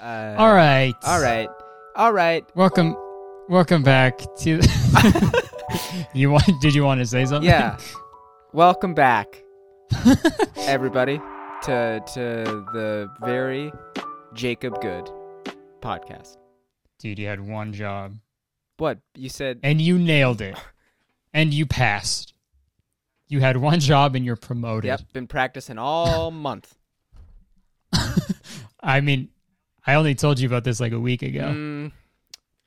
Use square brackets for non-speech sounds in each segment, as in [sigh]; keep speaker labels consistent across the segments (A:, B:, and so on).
A: Uh,
B: All right.
A: All right. All right.
B: Welcome, welcome back to.
A: [laughs]
B: you want? Did you want to say something?
A: Yeah. Welcome back, everybody, to to the very Jacob Good podcast.
B: [laughs] Dude, you had one job
A: What you said?
B: and you nailed it, and you passed. You had one job and you're promoted.
A: Yep. Been practicing all month.
B: I mean, I only told you about this like a week ago.
A: Mm,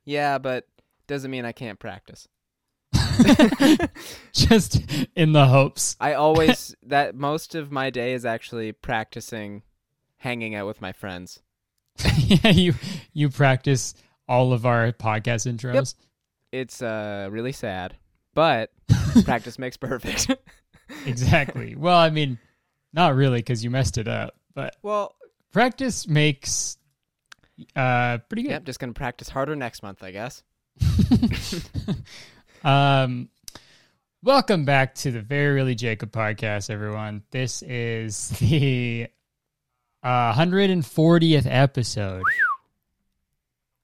A: yeah, but doesn't mean I can't practice. Mm.
B: [laughs]
A: [laughs]
B: Just in the hopes. [laughs]
A: I always that most of my day is actually practicing hanging out with my friends.
B: yeah, you you practice all of our podcast intros.
A: It's uh really sad, but practice makes perfect. [laughs]
B: Exactly. well, I mean, not really because you messed it up, but
A: well,
B: practice makes uh pretty
A: yeah,
B: good.
A: I'm just gonna practice harder next month, I guess.
B: Um, welcome back to the Very Really Jacob podcast, everyone. This is [laughs] the uh, 140th episode.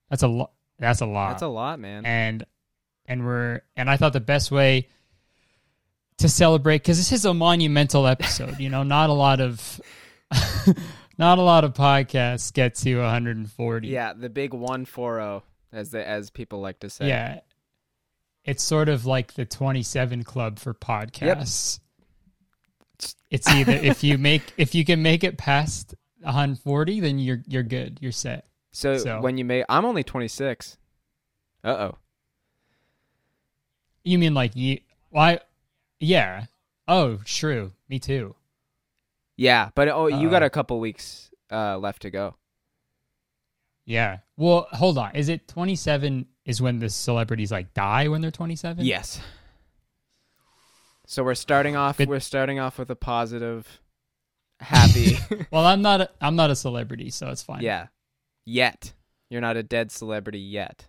B: That's a lot. That's a lot.
A: That's a lot, man.
B: and and we're and I thought the best way to celebrate because this is a monumental episode. you know, not a lot of [laughs] not a lot of podcasts get to 140.
A: Yeah, the big one four zero, as the, as people like to say.
B: Yeah. It's sort of like the 27 club for podcasts. It's either if you make if you can make it past 140 then you're you're good, you're set.
A: So,
B: So-
A: when you make, I'm only 26. Uh oh.
B: You mean like you why yeah. Oh, true. Me too.
A: Yeah, but oh, you got
B: Uh-oh.
A: a couple weeks uh, left to go.
B: Yeah. Well, hold on. Is it 27 is when the celebrities like die when they're 27?
A: Yes. So we're starting off.
B: But-
A: we're starting off with a positive,
B: [laughs]
A: happy.
B: Well, I'm not a, I'm not a celebrity, so it's
A: [laughs]
B: fine.
A: yeah. Yet you're not a dead celebrity yet.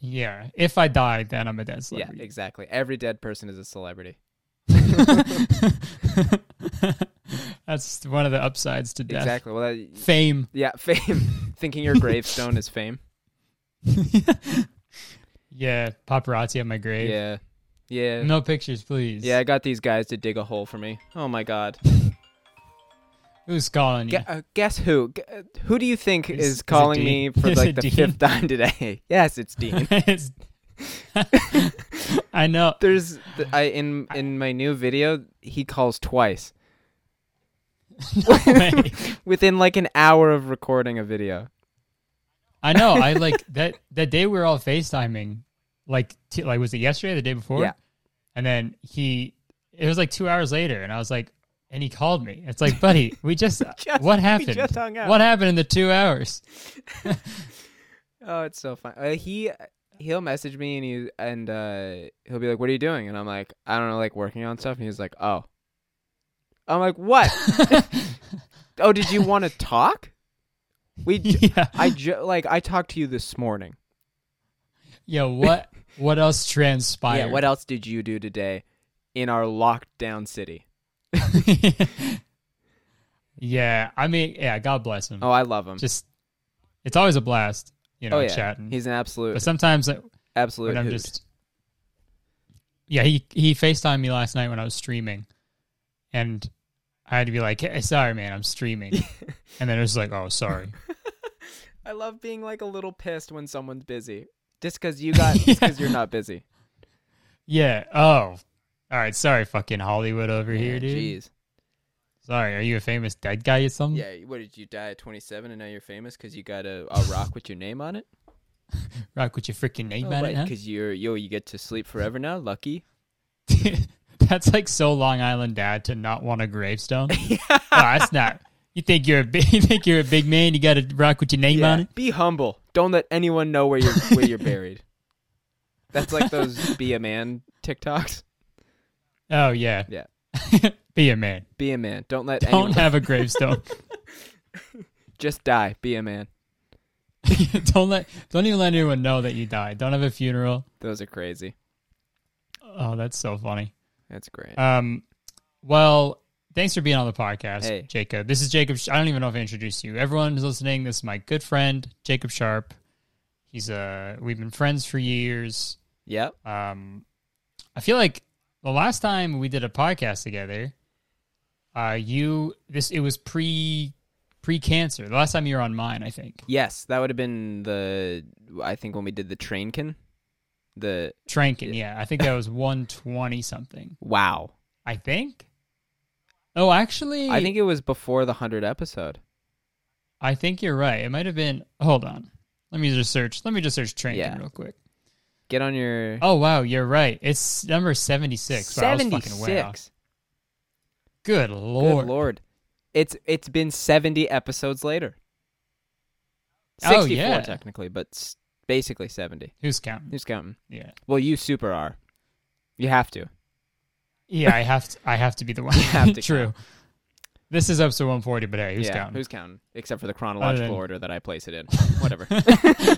B: Yeah. If I die, then I'm a dead celebrity.
A: Yeah, exactly. Every dead person is a celebrity.
B: [laughs] That's one of the upsides to death.
A: Exactly. Well, that,
B: Fame. [laughs]
A: yeah, [laughs] fame. Thinking your gravestone is fame.
B: yeah, paparazzi at my grave.
A: Yeah. Yeah.
B: No pictures, please.
A: Yeah, I got these guys to dig a hole for me. Oh my god.
B: Who's calling you?
A: Gu- uh, guess who? Gu- uh, who do you think
B: Is-
A: is,
B: is it
A: calling me
B: Dean?
A: for
B: [laughs] Is
A: like
B: it
A: the
B: Dean?
A: fifth time today? [laughs] yes, it's Dean.
B: [laughs] It's-
A: [laughs]
B: I know. [laughs]
A: There's th- I in in my new video he calls twice
B: Wait.
A: within like an hour of recording a video.
B: I know. I like that that day we were all FaceTiming, like t- like was it yesterday, or the day before?
A: Yeah.
B: And then he, it was like two hours later, and I was like, and he called me. It's like, buddy, we just,
A: [laughs] just-
B: what happened?
A: just hung out.
B: What happened in the two hours?
A: Oh, it's so fun. Uh, he he'll message me and he and uh, he'll be like, "What are you doing?" And I'm like, "I don't know, like working on stuff." And he's like, "Oh." I'm like, "What? oh, did you
B: [laughs]
A: want to talk?" [laughs] We j-
B: yeah. [laughs]
A: I ju- like I talked to you this morning.
B: yeah. What what else transpired?
A: Yeah, what else did you do today in our locked down city?
B: yeah. I mean, yeah. God bless him.
A: Oh, I love him.
B: Just, it's always a blast, you know,
A: oh yeah,
B: chatting.
A: he's an absolute
B: but sometimes it-
A: absolute.
B: but I'm
A: hoot.
B: just yeah. He he Facetimed me last night when I was streaming, and I had to be like, hey, "Sorry, man, I'm streaming," and then it was like, "Oh, sorry."
A: I love being like a little pissed when someone's busy, just because
B: [laughs]
A: you got just because you're not busy.
B: yeah. Oh, all right. Sorry, fucking Hollywood over here,
A: Yeah,
B: dude.
A: Jeez.
B: Sorry, are you a famous dead guy or something?
A: Yeah. What did you die at 27 and now you're famous because you got a, a rock with your name on it?
B: Rock with your freaking
A: Oh
B: name on it, huh?
A: Because you're yo, you get to sleep forever now. Lucky.
B: [laughs] that's like so Long Island dad to not want
A: [laughs]
B: a gravestone. oh, that's not. You think you're a big, [laughs] you think you're a big man? You got to rock with your name on
A: Yeah.
B: it.
A: Be humble. Don't let anyone know where you're where you're buried. That's like
B: [laughs]
A: those be a man TikToks.
B: Oh yeah,
A: Yeah.
B: [laughs] Be a man.
A: Be a man. Don't let anyone
B: Don't have
A: [laughs]
B: a gravestone. [laughs]
A: just die. Be a man.
B: don't let. Don't even let anyone know that you died. Don't have a funeral.
A: Those are crazy.
B: Oh, that's so funny.
A: That's great.
B: Um, well, Thanks for being on the podcast,
A: Hey.
B: Jacob. This is Jacob. Sh- I don't even know if I introduced you. Everyone who's listening, this is my good friend, Jacob Sharp. He's uh we've been friends for years.
A: Yep.
B: Um, I feel like the last time we did a podcast together, uh, you this it was pre pre cancer. The last time you were on mine, I think
A: Yes, that would have been the I think when we did the trainkin. The
B: Trankin. Yeah, I think that
A: [laughs]
B: was one twenty something.
A: wow.
B: I think. Oh, actually,
A: I think it was before the 100 episode.
B: I think you're right. It might have been. Hold on. Let me just search. Let me just search Trankin
A: Yeah.
B: real quick.
A: Get on your
B: Oh wow, you're right. It's number seventy six. Wow, I was fucking way off.
A: 76.
B: Good
A: Good
B: lord.
A: lord. It's it's been 70 episodes later.
B: Oh,
A: 64
B: yeah.
A: technically, but s- basically 70.
B: Who's counting?
A: Who's counting?
B: Yeah.
A: Well, you super are. You have to.
B: Yeah, I have to. I have to be the one. [laughs]
A: have to
B: True. This is episode 140, but hey, who's
A: yeah,
B: counting? Oh,
A: who's counting? Except for the chronological
B: than-
A: order that I place it in. Whatever.
B: [laughs]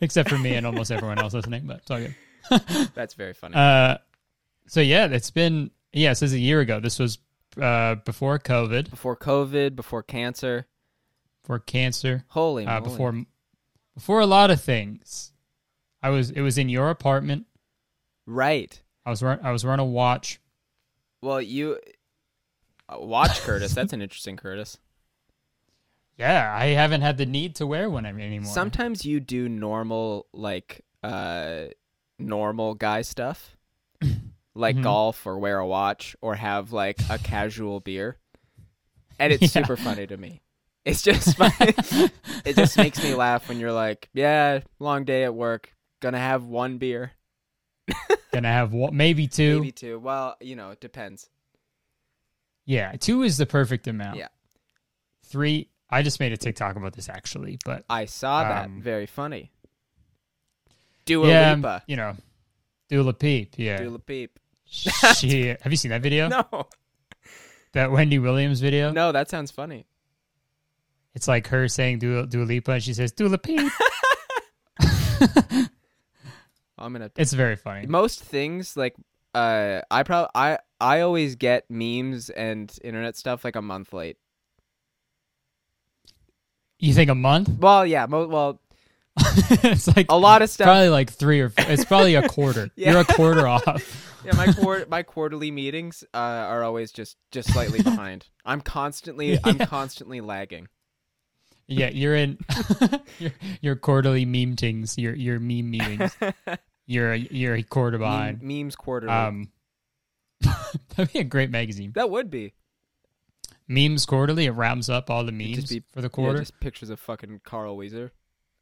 B: Except for me and almost everyone else listening, but it's all good.
A: That's very funny.
B: Uh, so yeah, it's been yeah. This is a year ago. This was uh before COVID,
A: before COVID, before cancer.
B: before cancer,
A: Holy
B: uh,
A: moly.
B: before before a lot of things. I was it was in your apartment.
A: Right.
B: I was wearing I was wearing a watch.
A: Well, you uh, watch Curtis. That's an interesting
B: [laughs]
A: Curtis.
B: Yeah, I haven't had the need to wear one anymore.
A: Sometimes you do normal like uh normal guy
B: [laughs]
A: stuff. Like
B: Mhm.
A: golf or wear a watch or have like a casual beer. And it's
B: [laughs] Yeah.
A: super funny to me. It's just [laughs] funny. it just makes me laugh when you're like, yeah, long day at work, gonna have one beer,
B: [laughs] gonna have one, maybe two.
A: maybe two. Well, you know, it depends.
B: Yeah, two is the perfect amount.
A: Yeah.
B: Three, I just made a TikTok about this actually, but
A: I saw that.
B: Um,
A: Very funny. Dua
B: yeah,
A: Lipa.
B: you know, Dula Peep. Yeah,
A: [laughs] Dua Peep.
B: [laughs] she. Have you seen that video?
A: No,
B: That Wendy Williams video.
A: no, that sounds funny.
B: It's like her saying Dua, Dua Lipa, and she says Dula
A: [laughs]
B: Peep.
A: I'm gonna.
B: it's very funny.
A: Most things like uh, I probably I I always get memes and internet stuff like a month late.
B: You think a month? [laughs]
A: Well, yeah, mo- well,
B: it's like
A: a lot of stuff.
B: Probably like three or four. it's probably a quarter.
A: [laughs] Yeah.
B: You're a quarter off.
A: Yeah, my quar- my quarterly meetings uh, are always just just slightly
B: [laughs]
A: behind. I'm constantly I'm constantly lagging.
B: Yeah, you're in [laughs] your, your quarterly memetings, your your
A: [laughs]
B: meme meetings. You're a, you're a quarter behind.
A: Meme- memes quarterly.
B: Um, [laughs] that'd be a great magazine.
A: that would be
B: Memes Quarterly. It rounds up all the
A: It'd
B: memes
A: just be-
B: for the
A: Yeah,
B: quarter.
A: just pictures of fucking Carl Weezer.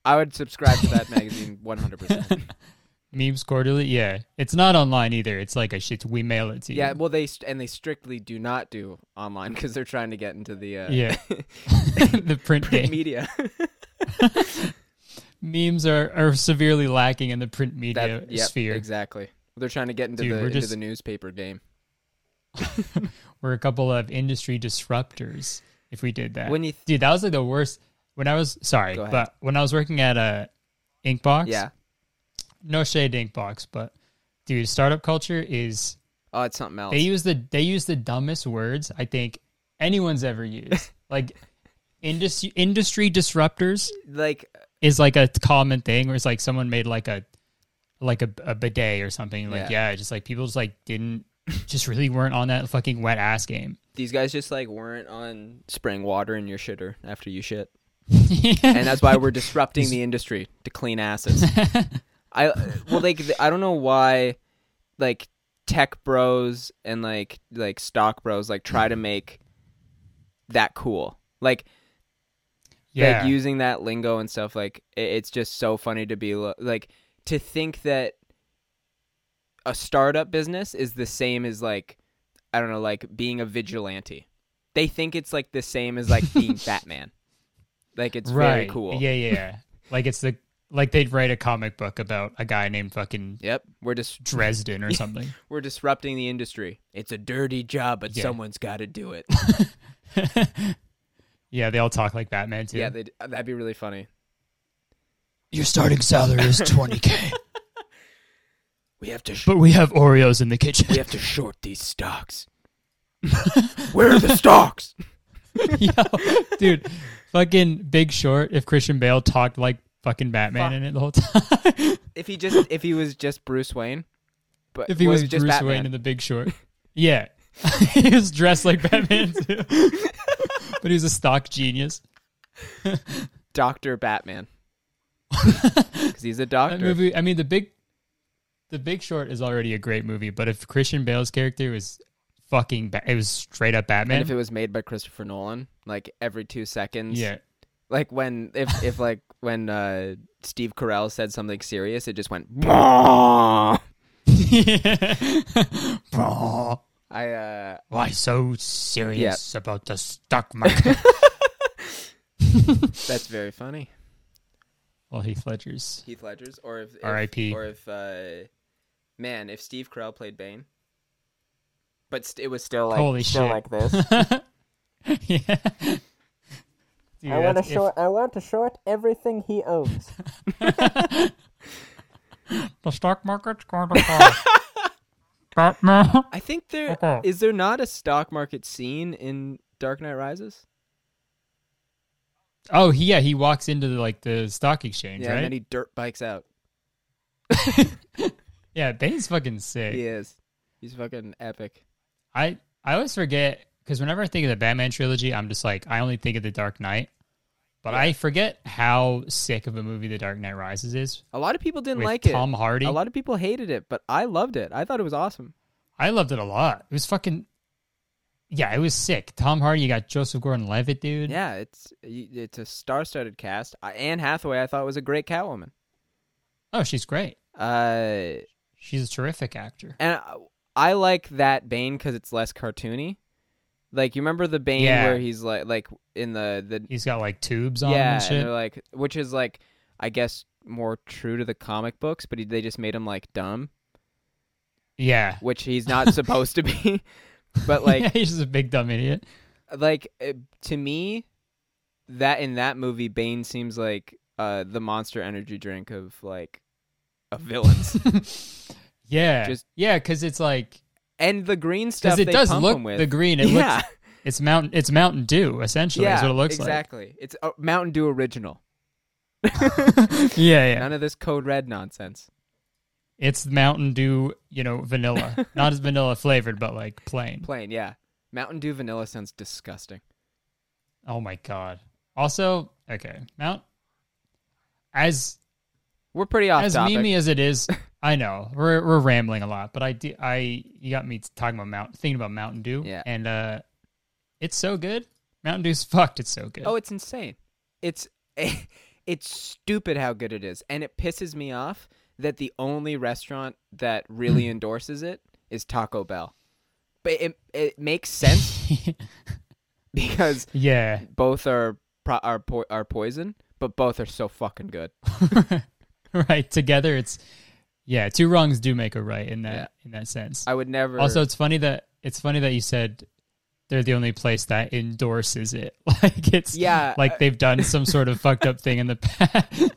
A: I would subscribe to that magazine
B: [laughs]
A: 100%.
B: Memes Quarterly. Yeah, it's not online either. It's like a shit. We mail it to you.
A: Yeah, well, they st- and they strictly do not do online because they're trying to get into the uh, [laughs]
B: yeah. [laughs] the
A: print
B: print,
A: [laughs]
B: game. [laughs]
A: media.
B: memes are, are severely lacking in the print
A: That-
B: media
A: yep,
B: sphere.
A: exactly. They're trying to get into
B: Dude,
A: the
B: we're
A: into
B: just-
A: the newspaper game.
B: We're a couple of industry disruptors. If we did that,
A: When you th-
B: dude, that was like the worst. When I was sorry,
A: Go ahead.
B: but when I was working at a Inkbox,
A: Yeah.
B: no shade to Inkbox, but dude, startup culture is
A: Oh, it's something else.
B: They use the they use the dumbest words I think anyone's ever [laughs] used. like industry industry disruptors
A: like
B: is like a common thing where it's like someone made like a like a, a bidet or something. Like yeah. just like people just like didn't [clears throat] just really weren't on that fucking wet ass game. [laughs]
A: these guys just like weren't on spraying water in your shitter after you shit, [laughs] and
B: and
A: that's why we're disrupting the industry to clean
B: [laughs]
A: asses. I well, like I don't know why, like tech bros and like like stock bros like try
B: Mm-hmm.
A: to make that cool. Like
B: yeah.
A: like using that lingo and stuff like i- it's just so funny to be lo- like to think that a startup business is the same as like i don't know like being a vigilante they think it's like the same as like
B: [laughs]
A: being batman like it's
B: right.
A: very cool
B: Yeah, yeah, [laughs] yeah. like it's the like they'd write a comic book about a guy named fucking
A: yep we're just
B: Dresden or something. [laughs]
A: we're disrupting the industry it's a dirty job but
B: Yeah.
A: someone's got to do
B: [laughs]
A: it
B: yeah, they all talk like Batman too.
A: yeah they'd, uh, that'd be really funny
B: Your starting salary is [laughs] 20K,
A: we have to sh-
B: but we have Oreos in the kitchen. [laughs]
A: we have to short these stocks Where are the stocks?
B: [laughs] Yo, dude, fucking Big Short. If Christian Bale talked like fucking Batman
A: Fuck.
B: in it the whole time,
A: If he just if he was just Bruce Wayne, but
B: if he was, Bruce Wayne in the Big Short, yeah, [laughs] he was dressed like
A: [laughs]
B: Batman too, but he was a stock genius.
A: Doctor
B: [laughs]
A: Batman, because he's a doctor.
B: That movie, I mean, the big, the Big Short is already a great movie, but if Christian Bale's character was fucking, ba- it was straight up
A: and
B: Batman.
A: if it was made by Christopher Nolan, like every two seconds,
B: yeah, [laughs]
A: Like when if if like when uh Steve Carell said something serious, it just went. [laughs]
B: Bro,
A: I uh
B: why so serious about the
A: [laughs]
B: stock market?
A: that's very funny.
B: well, Heath Ledger's.
A: Heath Ledger's, or if, if
B: R.I.P..
A: or if uh, man, if Steve Carell played Bane, but st- it was still like
B: Holy
A: still
B: shit.
A: like this.
B: [laughs] yeah.
A: [laughs]
B: Dude, that's- if-
A: I want to short everything he owns.
B: the stock market's going to [laughs] fall. Batman.
A: I think there
B: Okay.
A: is there not a stock market scene in Dark Knight Rises.
B: Oh, he, yeah, he walks into the, like the stock exchange,
A: Yeah, and
B: right?
A: then he dirt bikes out.
B: yeah, Bane's fucking sick.
A: He is. He's fucking epic.
B: I I always forget because whenever I think of the Batman trilogy, I'm just like I only think of the Dark Knight, but I forget how sick of a movie the Dark Knight Rises is
A: A lot of people didn't
B: with
A: like
B: Tom
A: it.
B: Hardy.
A: A lot of people hated it, but I loved it. I thought it was awesome.
B: I loved it a lot. It was fucking yeah, it was sick. Tom Hardy, you got Joseph Gordon-Levitt, dude.
A: Yeah, it's it's a star-studded cast. I- Anne Hathaway, I thought was a great Catwoman.
B: Oh, she's great.
A: Uh,
B: She's a terrific actor.
A: and I, I like that Bane because it's less cartoony. Like you remember the Bane
B: Yeah.
A: where he's like like in the the
B: He's got like tubes on him
A: yeah,
B: and
A: and uh,
B: shit.
A: they're like which is like I guess more true to the comic books, but he, they just made him like dumb,
B: yeah.
A: which he's
B: [laughs]
A: not supposed to be. [laughs] But like
B: yeah, [laughs] he's just a big dumb idiot.
A: like uh, to me, that in that movie, Bane seems like uh the monster energy drink of like a
B: [laughs]
A: villains
B: Yeah.
A: Just-
B: yeah, cuz it's like
A: and the green stuff
B: cuz it
A: they
B: does
A: pump
B: look
A: him with.
B: the green. It
A: yeah.
B: looks it's mountain it's Mountain Dew essentially is what it looks like.
A: exactly. It's uh, Mountain Dew original.
B: yeah, yeah.
A: None of this code red nonsense.
B: It's Mountain Dew, you know,
A: [laughs]
B: vanilla. Not as vanilla flavored, but like plain.
A: Plain, yeah. Mountain Dew vanilla sounds disgusting.
B: Oh my god. Also, okay, Mount. As
A: We're pretty off
B: as
A: topic.
B: memey as
A: [laughs]
B: it is, I know we're we're rambling a lot, but I do, I you got me talking about Mount, thinking about Mountain Dew,
A: Yeah.
B: and uh, it's so good. Mountain Dew's fucked. It's so good.
A: oh, it's insane. It's [laughs] it's stupid how good it is, and it pisses me off that the only restaurant that
B: [laughs]
A: really endorses it is Taco Bell. But it it makes sense [laughs] because
B: [laughs] yeah, [laughs]
A: both are pro- are po- are poison, but both are so fucking good.
B: right. Together, it's yeah. Two wrongs do make a right in that in that sense.
A: I would never
B: Also, it's funny that it's funny that you said they're the only place that endorses it. [laughs] Like it's
A: Yeah,
B: like
A: uh,
B: they've done some sort of fucked
A: [laughs]
B: up thing in the past.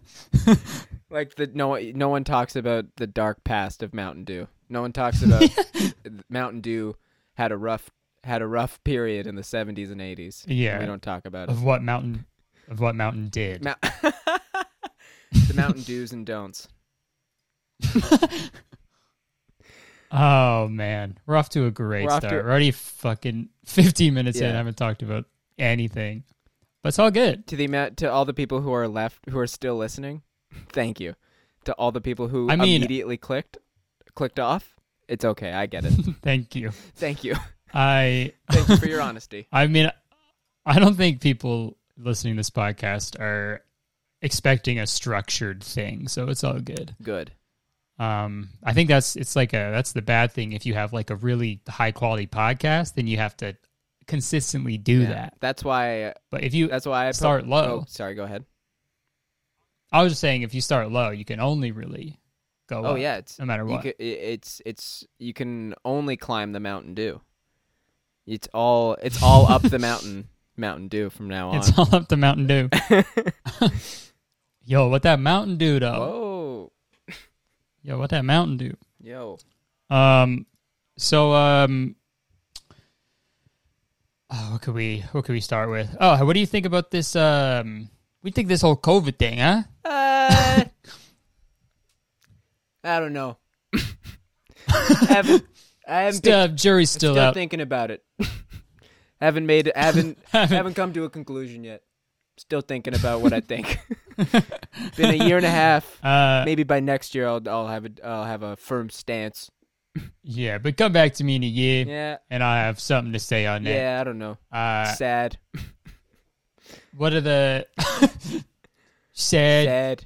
A: Like the no no one talks about the dark past of Mountain Dew. No one talks
B: [laughs]
A: about Mountain Dew had a rough had a rough period in the 70s and 80s.
B: Yeah.
A: We don't talk about it.
B: of what mountain of what mountain did.
A: Mou- [laughs] the Mountain Dews and don'ts.
B: oh man, we're off to a great
A: We're off
B: start.
A: to-
B: We're already fucking [laughs] 15 minutes in.
A: Yeah.
B: I haven't talked about anything, but it's all good. [laughs]
A: To the amount to all the people who are left who are still listening. [laughs] Thank you. To all the people who
B: I mean-
A: immediately clicked clicked off. It's okay. I get
B: [laughs]
A: it.
B: Thank you.
A: Thank you.
B: I
A: Thank you for your honesty.
B: I mean, I don't think people listening to this podcast are expecting a structured thing, so it's all [laughs] good.
A: Good.
B: Um, I think that's it's like a that's the bad thing. If you have like a really high quality podcast, then you have to consistently do
A: Yeah.
B: that.
A: That's why
B: But if you,
A: that's why I pro-
B: Start low.
A: Oh, sorry, go ahead.
B: I was just saying, if you start low, you can only really go.
A: Oh
B: up,
A: yeah, it's
B: no matter
A: You
B: what.
A: ca- i- it's it's you can only climb the Mountain Dew. It's all it's all up
B: [laughs]
A: the mountain Mountain Dew from now on.
B: it's all up to
A: [laughs]
B: Mountain Dew. [laughs] Yo, what that Mountain Dew though?
A: Whoa,
B: Yo, what Um, that Mountain Dew?
A: yo,
B: Um, so um, Oh, what could we what could we start with? Oh, what do you think about this? Um, we think this whole COVID thing, huh?
A: Uh, [laughs] I don't know. [laughs] I haven't, I haven't
B: Still, jury's
A: I'm
B: still, out.
A: thinking about it. [laughs] haven't made it.
B: [laughs]
A: Haven't haven't come to a conclusion yet. Still thinking about what I think. [laughs] Been a year and a
B: [laughs]
A: half.
B: Uh,
A: Maybe by next year I'll I'll have a I'll have a firm stance.
B: yeah, but come back to me in a year,
A: Yeah.
B: and I have something to say on it.
A: Yeah, I don't know.
B: Uh,
A: Sad.
B: what are the [laughs] sad,
A: Sad.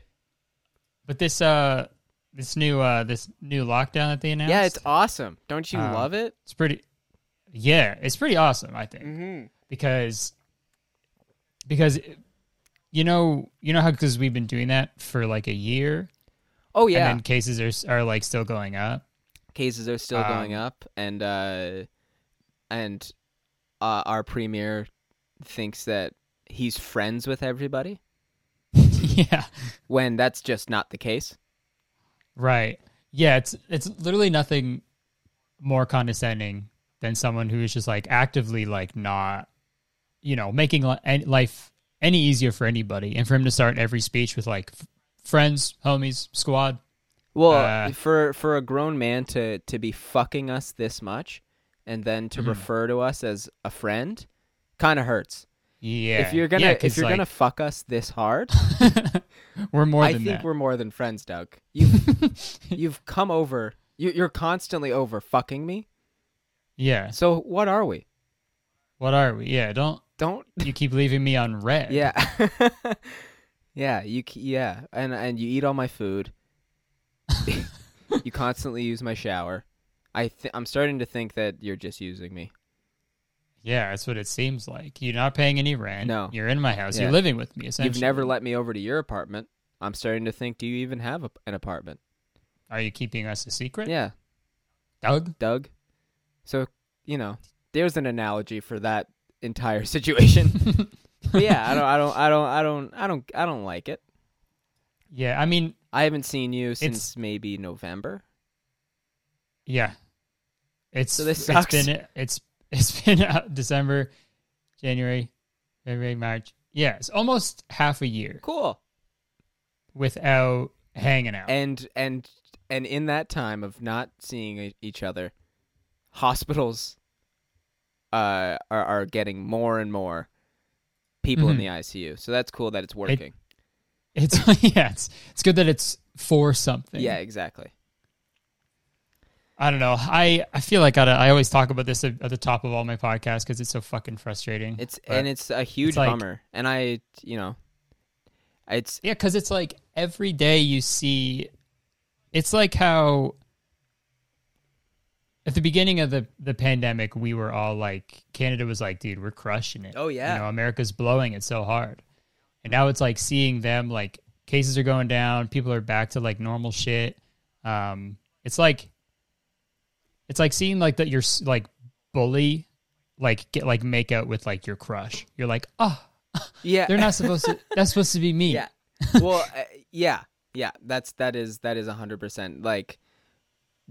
B: But this uh, this new uh, this new lockdown that they announced.
A: Yeah, it's awesome. Don't you
B: Uh,
A: love it?
B: it's pretty. Yeah, it's pretty awesome. I think.
A: Mm-hmm.
B: because because you know you know how because we've been doing that for like a year
A: Oh yeah.
B: and then cases are s- are like still going up [laughs]
A: cases are still going
B: Um,
A: up, and uh, and uh, our premier thinks that he's friends with everybody
B: yeah
A: when that's just not the case.
B: right yeah it's it's literally nothing more condescending than someone who is just like actively like not you know making li- an- life any easier for anybody and for him to start every speech with like f- friends homies squad
A: Well,
B: Uh,
A: for for a grown man to to be fucking us this much, and then to
B: Mhm.
A: refer to us as a friend, kind of hurts.
B: yeah
A: If you're gonna
B: Yeah,
A: if
B: 'cause,
A: you're
B: like,
A: gonna fuck us this hard,
B: we're [laughs] more
A: I
B: than
A: think
B: that
A: we're more than friends, Doug. You've
B: [laughs]
A: you've come over. You, you're constantly over fucking me.
B: yeah
A: So what are we?
B: what are we yeah don't
A: Don't
B: you keep leaving me on red.
A: Yeah. [laughs] yeah, you c- yeah, and and you eat all my food. you constantly use my shower. I th- I'm starting to think that you're just using me.
B: Yeah, that's what it seems like. You're not paying any rent.
A: No.
B: You're in my house.
A: Yeah.
B: You're living with me, essentially.
A: You've never let me over to your apartment. I'm starting to think do you even have a, an apartment?
B: Are you keeping us a secret?
A: Yeah,
B: Doug?
A: Doug. So, you know, there's an analogy for that entire [laughs] situation. But yeah, I don't I don't I don't I don't I don't I don't like it.
B: Yeah, I mean,
A: I haven't seen you since
B: It's-
A: maybe November.
B: yeah. It's
A: So this
B: it's
A: sucks.
B: been it's it's [laughs] been uh, December, January, February, March. Yeah, it's almost half a year
A: Cool.
B: without hanging out.
A: and and and in that time of not seeing e- each other hospitals uh are, are getting more and more people in
B: Mhm.
A: the icu so that's cool that it's working
B: it's [laughs] yeah, it's it's good that it's for something.
A: yeah exactly
B: I don't know. I, I feel like I, I always talk about this at, at the top of all my podcasts because it's so fucking frustrating.
A: it's
B: But-
A: and it's a huge
B: like-
A: bummer and i you know it's
B: Yeah, because it's like every day you see. It's like how at the beginning of the, the pandemic, we were all like, Canada was like, dude, we're crushing it.
A: Oh, yeah.
B: You know, America's blowing it so hard. And now it's like seeing them, like, cases are going down, people are back to like normal shit. Um, it's like, it's like seeing like that you're s- like bully, like, get like make out with like your crush. You're like, oh,
A: yeah
B: they're not supposed to, that's supposed to be me.
A: [laughs]
B: [laughs]
A: Yeah. well, uh, yeah, yeah. That's that is that is hundred percent. Like,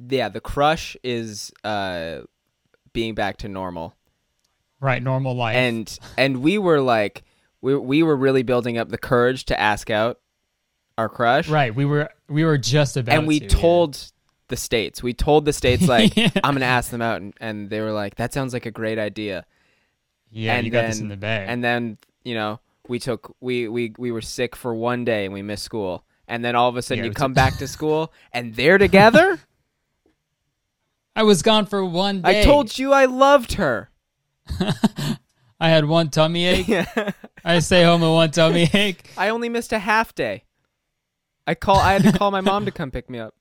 A: yeah, the crush is uh being back to normal,
B: Right. Normal life.
A: and and we were like, we we were really building up the courage to ask out our crush,
B: Right. We were we were just about
A: and we
B: to, yeah.
A: told the states, we told the states like,
B: [laughs] Yeah.
A: I'm gonna ask them out, and, and they were like, that sounds like a great idea,
B: Yeah,
A: and
B: you got this
A: then-
B: in the bag.
A: and then you know we took we we we were sick for one day and we missed school. And then all of a sudden,
B: Yeah,
A: you
B: we
A: come
B: took-
A: back to school, and they're
B: [laughs]
A: together.
B: I was gone for one day.
A: I told you I loved
B: [laughs]
A: her.
B: I had one tummy ache.
A: I
B: I stay home with
A: [laughs]
B: one tummy ache.
A: only missed a half day. I call. I had to call my mom to come pick me up.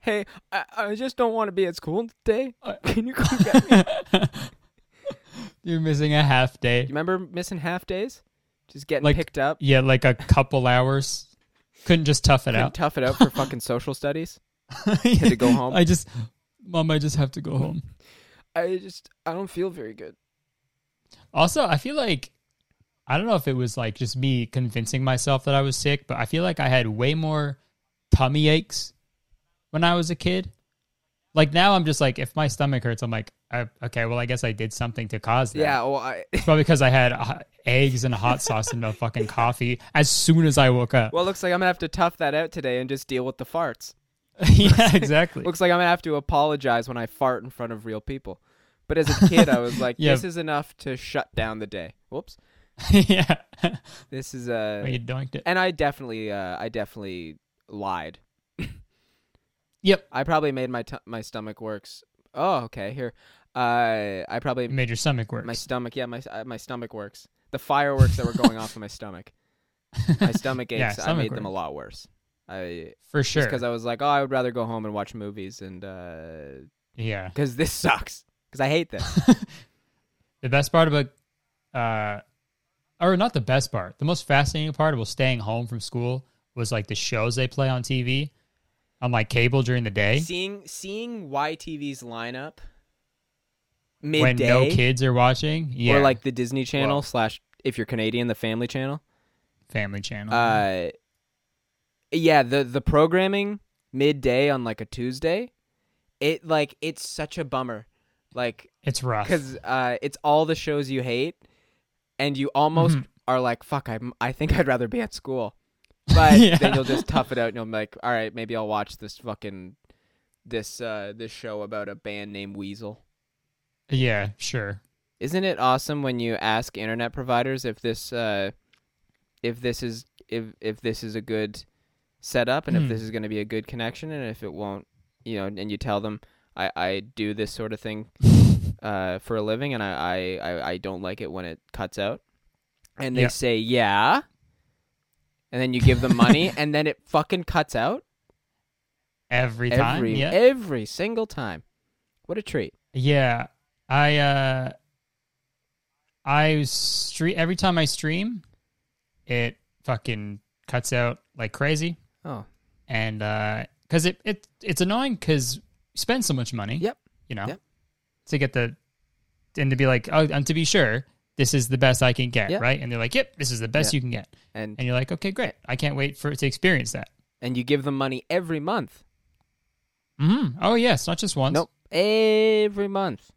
A: Hey, I, I just don't want to be at school today. Can you come get me?
B: You're missing a half
A: You
B: day.
A: remember missing half days? Just getting
B: Like,
A: picked up.
B: Yeah, like a couple hours. Couldn't just tough it
A: Couldn't
B: out.
A: tough it out for fucking social studies. Had
B: [laughs]
A: to go home.
B: I just, mom, I just have to go home.
A: I just I don't feel very good.
B: Also, I feel like I don't know if it was like just me convincing myself that I was sick, but I feel like I had way more tummy aches when I was a kid. Like now I'm just like if my stomach hurts, I'm like, I, okay, well, I guess I did something to cause that.
A: Yeah, well, I, [laughs]
B: It's probably because I had uh, eggs and hot sauce and a fucking coffee as soon as I woke up.
A: well, it looks like I'm gonna have to tough that out today and just deal with the farts.
B: [laughs]
A: [laughs]
B: yeah, exactly.
A: Looks like I'm gonna have to apologize when I fart in front of real people. But as a kid, I was like,
B: [laughs] Yeah.
A: this is enough to shut down the day. Whoops.
B: [laughs] yeah.
A: This is uh, a.
B: Well, you doinked it.
A: and I definitely, uh, I definitely lied.
B: [laughs] Yep.
A: I probably made my t- my stomach works. Oh, okay. Here, uh, I probably
B: It made your stomach work.
A: my stomach. Yeah, my uh, my stomach works. The fireworks that were going off in my stomach,
B: [laughs]
A: my stomach aches.
B: Yeah,
A: I
B: stomach
A: made them a
B: works.
A: lot worse. I
B: For sure.
A: because I was like, oh, I would rather go home and watch movies, and because
B: yeah.
A: this [laughs] sucks. Because I hate this.
B: The best part about, uh, or not the best part, the most fascinating part about staying home from school was like the shows they play on TV, on like cable during the day
A: seeing seeing YTV's lineup
B: when
A: midday
B: no kids are watching. Yeah.
A: or like the Disney Channel
B: Whoa.
A: slash if you're Canadian, the Family Channel.
B: Family Channel.
A: uh yeah the the programming midday on like a tuesday it like it's such a bummer like
B: it's rough.
A: because uh it's all the shows you hate and you almost
B: Mm-hmm.
A: are like fuck i i think i'd rather be at
B: [laughs]
A: school but
B: Yeah.
A: then you'll just tough it out and you'll be like all right maybe i'll watch this fucking this uh this show about a band named weasel
B: Yeah, sure. [laughs]
A: isn't it awesome when you ask internet providers if this uh, if this is if if this is a good setup and if
B: Mhm.
A: this is going to be a good connection and if it won't you know and you tell them I, I do this sort of thing uh, for a living and I, I, I, I don't like it when it cuts out and they
B: Yeah.
A: say yeah and then you give them
B: [laughs]
A: money and then it fucking cuts out
B: Every time.
A: every e-
B: yeah.
A: every single time what a treat
B: Yeah, I uh I stream every time I stream, it fucking cuts out like crazy,
A: oh
B: and uh, cause it it it's annoying because you spend so much money.
A: Yep.
B: You know,
A: Yep.
B: to get the and to be like, oh, and to be sure, this is the best I can get,
A: Yep.
B: right? And they're like, yep, this is the best
A: Yeah.
B: you can get,
A: and
B: and you're like, okay, great, I can't wait for to experience that.
A: and you give them money every month
B: Mm-hmm. Oh yes, not just once.
A: Nope. Every month.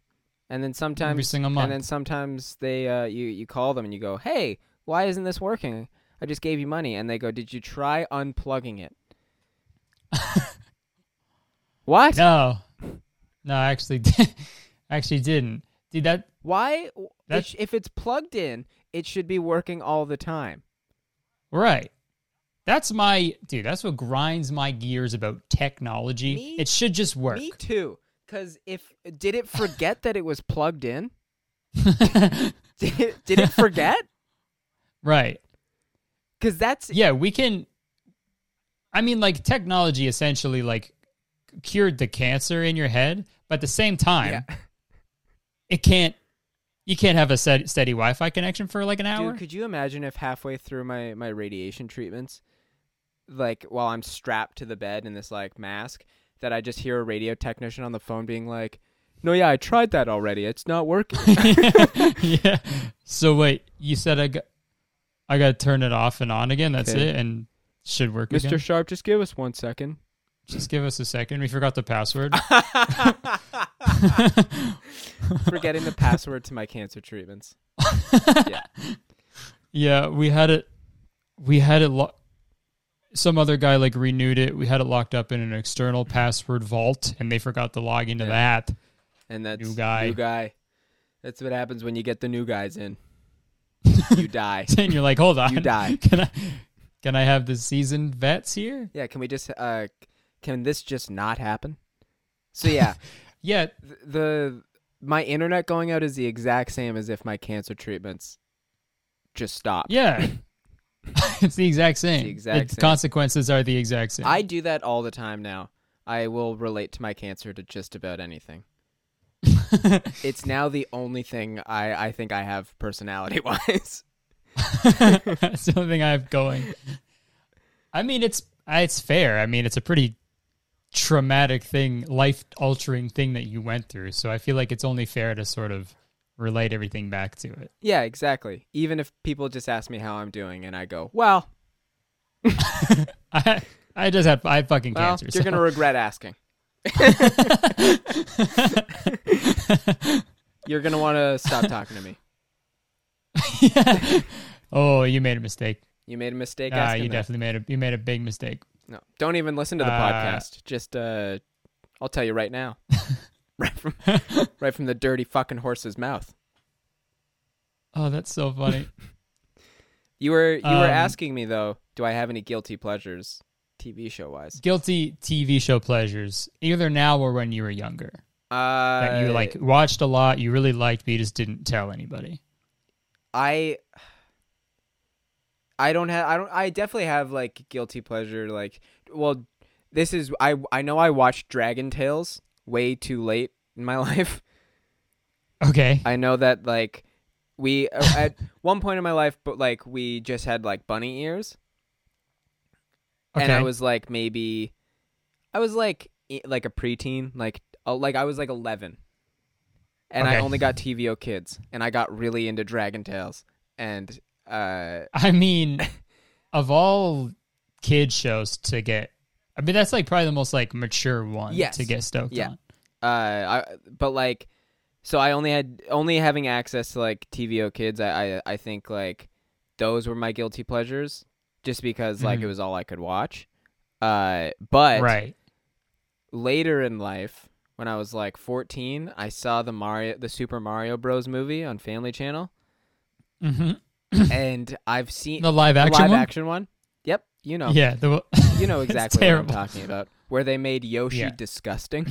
A: And then sometimes
B: single
A: And then
B: month.
A: sometimes they uh you, you call them and you go, Hey, why isn't this working? I just gave you money and they go, Did you try unplugging
B: [laughs]
A: it? what?
B: No, no, I actually [laughs] did. I actually didn't. Dude, that
A: Why it
B: That's-
A: sh- if it's plugged in, it should be working all the time.
B: right. That's my dude. That's what grinds my gears about technology.
A: Me-
B: it should just work. [laughs]
A: Me too. Cause if did it forget that it was plugged in? [laughs] Did it, did it forget?
B: right.
A: Cause that's
B: Yeah, we can. I mean, like technology essentially like cured the cancer in your head, but at the same time,
A: Yeah.
B: [laughs] it can't. You can't have a set, steady Wi-Fi connection for like an hour. [laughs]
A: Dude, could you imagine if halfway through my my radiation treatments, like while I'm strapped to the bed in this like mask, that I just hear a radio technician on the phone being like, "No, yeah, I tried that already. It's not working."
B: [laughs] yeah. So wait, you said I got, I got to turn it off and on again. That's
A: Okay.
B: it, and should work
A: Mr.
B: again.
A: Sharp, just give us one second.
B: Just give us a second. We forgot the password.
A: Forgetting
B: [laughs]
A: the password to my cancer treatments.
B: yeah, we had it. We had it. Lo- Some other guy like renewed it. We had it locked up in an external password vault, and they forgot to log into that. [laughs]
A: And that's
B: New guy.
A: New guy. That's what happens when you get the new guys in.
B: [laughs]
A: you die.
B: And you're like, hold on,
A: die.
B: [laughs] Can I? Can I have the seasoned vets here?
A: Yeah, can we just uh c- can this just not happen? So yeah,
B: Yeah,
A: th- the my internet going out is the exact same as if my cancer treatments just stopped.
B: yeah. [laughs] it's the exact same.
A: exact
B: Its
A: same.
B: consequences are the exact same.
A: I do that all the time now. I will relate to my cancer to just about
B: [laughs]
A: anything. It's now the only thing I, I think I have personality [laughs] wise.
B: [laughs] That's the only thing I have going. I mean, it's it's fair. I mean, it's a pretty traumatic thing, life altering thing that you went through. So I feel like it's only fair to sort of relate everything back to it. [laughs]
A: yeah, exactly. Even if people just ask me how I'm doing and I go, well,
B: I I just have I have fucking
A: well
B: cancer.
A: you're
B: so- [laughs]
A: going to regret asking. You're gonna want to stop talking to me.
B: Yeah. [laughs] Oh, you made a mistake.
A: You made a mistake.
B: Ah,
A: asking
B: you
A: that.
B: definitely made a you made a big mistake.
A: No, don't even listen to the
B: Uh,
A: podcast. Just uh, I'll tell you right
B: [laughs]
A: now, right from right from the dirty fucking horse's mouth.
B: Oh, that's so funny. [laughs]
A: You were you were
B: Um,
A: asking me though, do I have any guilty pleasures, TV show wise?
B: Guilty TV show pleasures, either now or when you were younger,
A: Uh,
B: that you like watched a lot, you really liked, but you just didn't tell anybody.
A: Uh, I I don't have I don't I definitely have like guilty pleasure like well this is I I know I watched Dragon Tales way too late in my [laughs] life.
B: Okay.
A: I know that like we uh, at [laughs] one point in my life but like we just had like bunny ears
B: Okay.
A: and I was like maybe I was like e- like a preteen, like oh, like I was like eleven, and I
B: Okay.
A: only got TVO Kids, and I got really into Dragon Tales, and uh,
B: I mean, of all kid shows to get, I mean that's like probably the most like mature one
A: Yes.
B: to get stoked
A: Yeah.
B: on.
A: uh, I but like, so I only had only having access to like TVO Kids, I I, I think like those were my guilty pleasures, just because like
B: Mhm.
A: it was all I could watch, uh, but
B: Right.
A: later in life when I was like 14, I saw the Mario the Super Mario Bros movie on Family
B: [clears throat]
A: Channel
B: hmm
A: and I've seen
B: The live
A: the
B: action
A: live
B: one.
A: action one. Yep, you know.
B: Yeah. [laughs] The,
A: You know
B: it's
A: exactly what I'm
B: terrible.
A: talking about. Where they made Yoshi
B: Yeah. [laughs]
A: disgusting.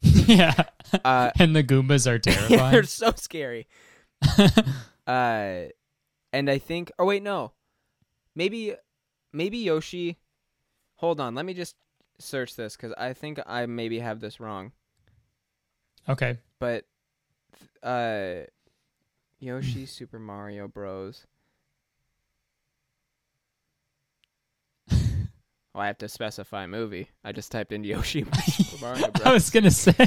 B: yeah. [laughs]
A: Uh [laughs]
B: and the Goombas are
A: they're
B: terrifying.
A: so
B: [laughs]
A: scary. Uh and I think oh wait, no. Maybe maybe Yoshi Hold on, let me just search this cuz I think I maybe have this wrong.
B: okay.
A: but uh Yoshi
B: [laughs]
A: Super Mario Bros. Oh, I have to specify movie. I just typed in
B: [laughs]
A: Yoshi Super Mario
B: I
A: Bros.
B: was gonna say. [laughs]